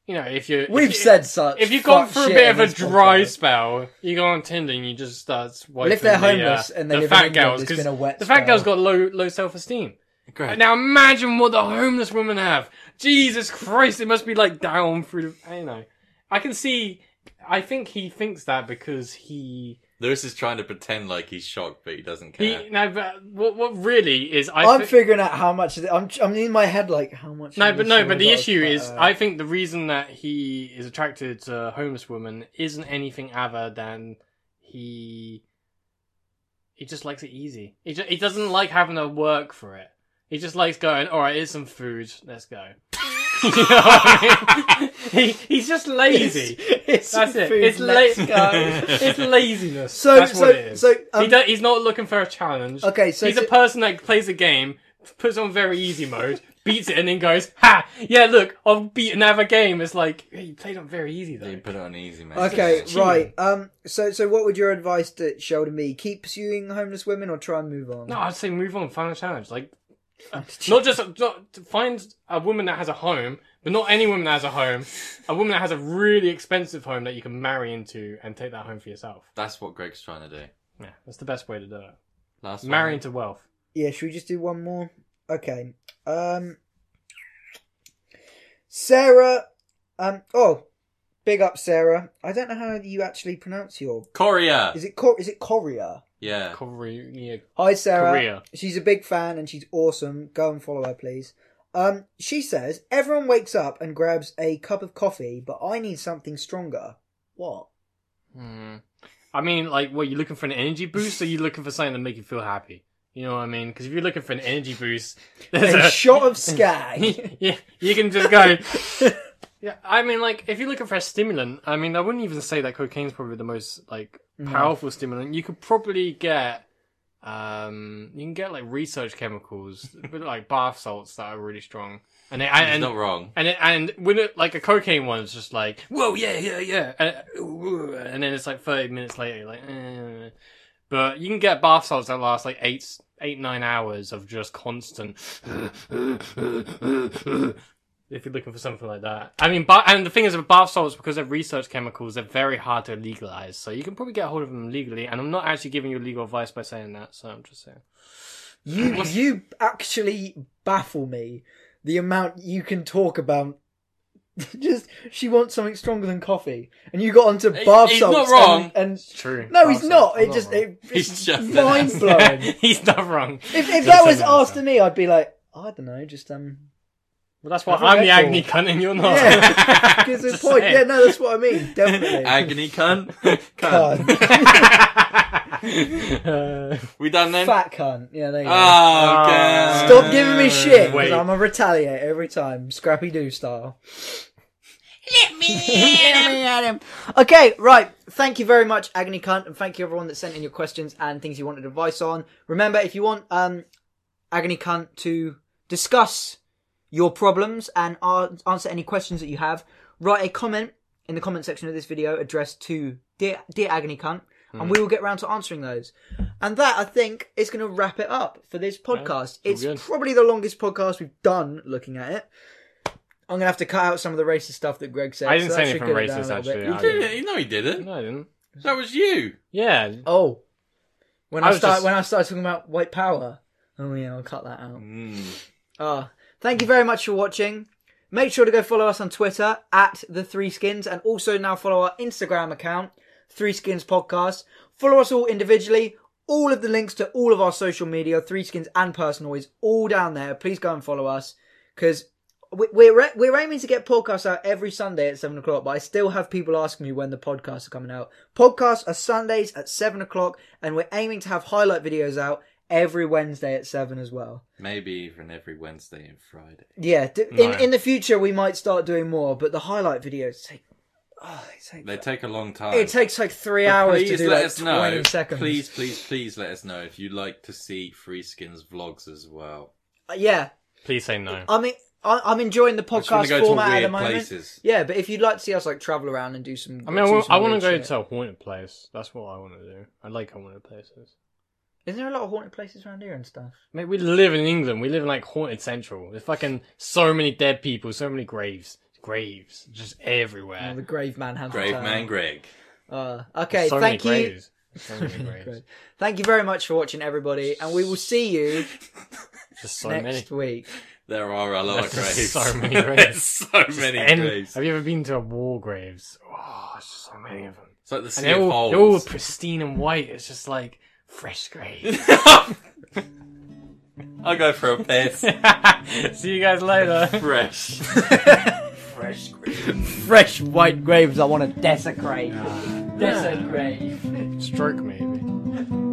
you know if you if We've you- said such. if you've gone fuck through a shit bit in of a this dry podcast. spell, you go on Tinder and you just start swiping. Well, if they're the, uh, homeless and they the live in fat England, girls, it's 'cause been a wet the fat spell. girls got low low self esteem. Greg. Now imagine what the homeless women have. Jesus Christ, it must be like down through the. You know, I can see. I think he thinks that because he Lewis is trying to pretend like he's shocked, but he doesn't he care. no. But what what really is I I'm thi- figuring out how much. Of the, I'm I'm in my head like how much. No, of but this no, show but the does, issue but, is, uh, I think the reason that he is attracted to homeless women isn't anything other than he he just likes it easy. He just, he doesn't like having to work for it. He just likes going. All right, here's some food. Let's go. You know what I mean? he, he's just lazy. It's That's it. food, It's let's la- go. It's laziness. So- That's so- what it is. so, he um, do- he's not looking for a challenge. Okay, so he's to- a person that plays a game, puts on very easy mode, beats it, and then goes, "Ha! Yeah, look, I've beaten another game." It's like yeah, you played on very easy You though. put it on easy, man. Okay, Cheating. right. Um. So, so what would your advice to Sheldon be? Keep pursuing homeless women or try and move on? No, I'd say move on, find a challenge. Like, not just not, to find a woman that has a home, but not any woman that has a home. A woman that has a really expensive home that you can marry into and take that home for yourself. That's what Greg's trying to do. Yeah, that's the best way to do it. Last Marry Marion. into wealth. Yeah, should we just do one more? Okay. Um Sarah um oh big up Sarah. I don't know how you actually pronounce your Korea. is it Cor- is it Korea? Yeah. Career. Yeah. Hi Sarah. Korea. She's a big fan and she's awesome. Go and follow her please. Um she says everyone wakes up and grabs a cup of coffee, but I need something stronger. What? Hmm. I mean, like, what you looking for an energy boost, or you looking for something to make you feel happy? You know what I mean? Because if you're looking for an energy boost, there's A a shot of skag. yeah, you can just go. yeah, I mean, like, if you're looking for a stimulant, I mean, I wouldn't even say that cocaine's probably the most like powerful stimulant. You could probably get, um, you can get like research chemicals, a bit like bath salts that are really strong, and they, He's and, not wrong. and it, and when it like a cocaine one's just like whoa yeah yeah yeah and, ooh, and then it's like thirty minutes later you're like eh. but you can get bath salts that last like eight eight nine hours of just constant if you're looking for something like that I mean but and the thing is with bath salts because they're research chemicals they're very hard to legalize so you can probably get hold of them legally and I'm not actually giving you legal advice by saying that so I'm just saying You you actually baffle me the amount you can talk about. Just she wants something stronger than coffee, and you got onto bath he's not salts. wrong. And, and- true no, Bath he's salts. not. I'm It just wrong. it, He's it's just an mind blowing. if he's not wrong if that was an asked answer. to me, I'd be like, I don't know, just um. Well, that's why I think I'm the that's agony cunt and you're not. Yeah, because the Just point. saying. Yeah, no, that's what I mean. Definitely. Agony cunt. cunt. Cunt. Uh, We done then? Fat cunt. Yeah, there you go. Oh, Ah. okay. Stop giving me shit because Wait. I'm a retaliate every time, Scrappy Doo style. Let me at him. Okay, right. Thank you very much, Agony Cunt, and thank you everyone that sent in your questions and things you wanted advice on. Remember, if you want um, Agony Cunt to discuss your problems and an- answer any questions that you have, write a comment in the comment section of this video addressed to dear, dear Agony Cunt, Hmm. and we will get round to answering those. And that I think is going to wrap it up for this podcast. all it's good. probably the longest podcast we've done. Looking at it, I'm going to have to cut out some of the racist stuff that Greg said. I didn't so say that should anything get it down racist, a little bit. actually. You I didn't. You know he didn't. No, I didn't. That was you. Yeah. Oh, when I I, was start just- when I started talking about white power. Oh yeah, I'll cut that out. Mm. Ah, thank you very much for watching. Make sure to go follow us on Twitter at the Three Skins, and also now follow our Instagram account, Three Skins Podcast. Follow us all individually. All of the links to all of our social media, Three Skins and personal, is all down there. Please go and follow us because we're we're aiming to get podcasts out every Sunday at seven o'clock. But I still have people asking me when the podcasts are coming out. Podcasts are Sundays at seven o'clock, and we're aiming to have highlight videos out every Wednesday at seven as well. Maybe even every Wednesday and Friday. Yeah, d- in No. in the future we might start doing more, but the highlight videos take oh, it takes They take a long time. it takes like three hours to please do let like us twenty know. seconds. Please, please, please let us know if you'd like to see Free Skins vlogs as well. Uh, yeah, Please say no. I mean, I, I'm enjoying the I just wanna podcast go to format at weird the moment. places. Yeah, but if you'd like to see us like travel around and do some, I mean, I do want, some I want to go weird shit. to a haunted place. That's what I want to do. I like haunted places. Isn't there a lot of haunted places around here and stuff? Mate, we live in England. We live in like haunted central. There's fucking so many dead people, so many graves, graves just Oh, everywhere. the Grave Man has a Grave uh, town. Man Greg. Uh, okay, so thank many you. graves. So many graves. Great. Thank you very much for watching, everybody, and we will see you Just so many. next week. There are a lot of That's just graves. so many graves. so many And graves. have you ever been to a war graves? Oh, it's just so many of them. It's like the Sea And they're of Holes. all, they're all pristine and white. It's just like fresh graves. I'll go for a piss. See you guys later. Fresh. Fresh graves. Fresh white graves I want to desecrate. Desecrate. Stroke maybe.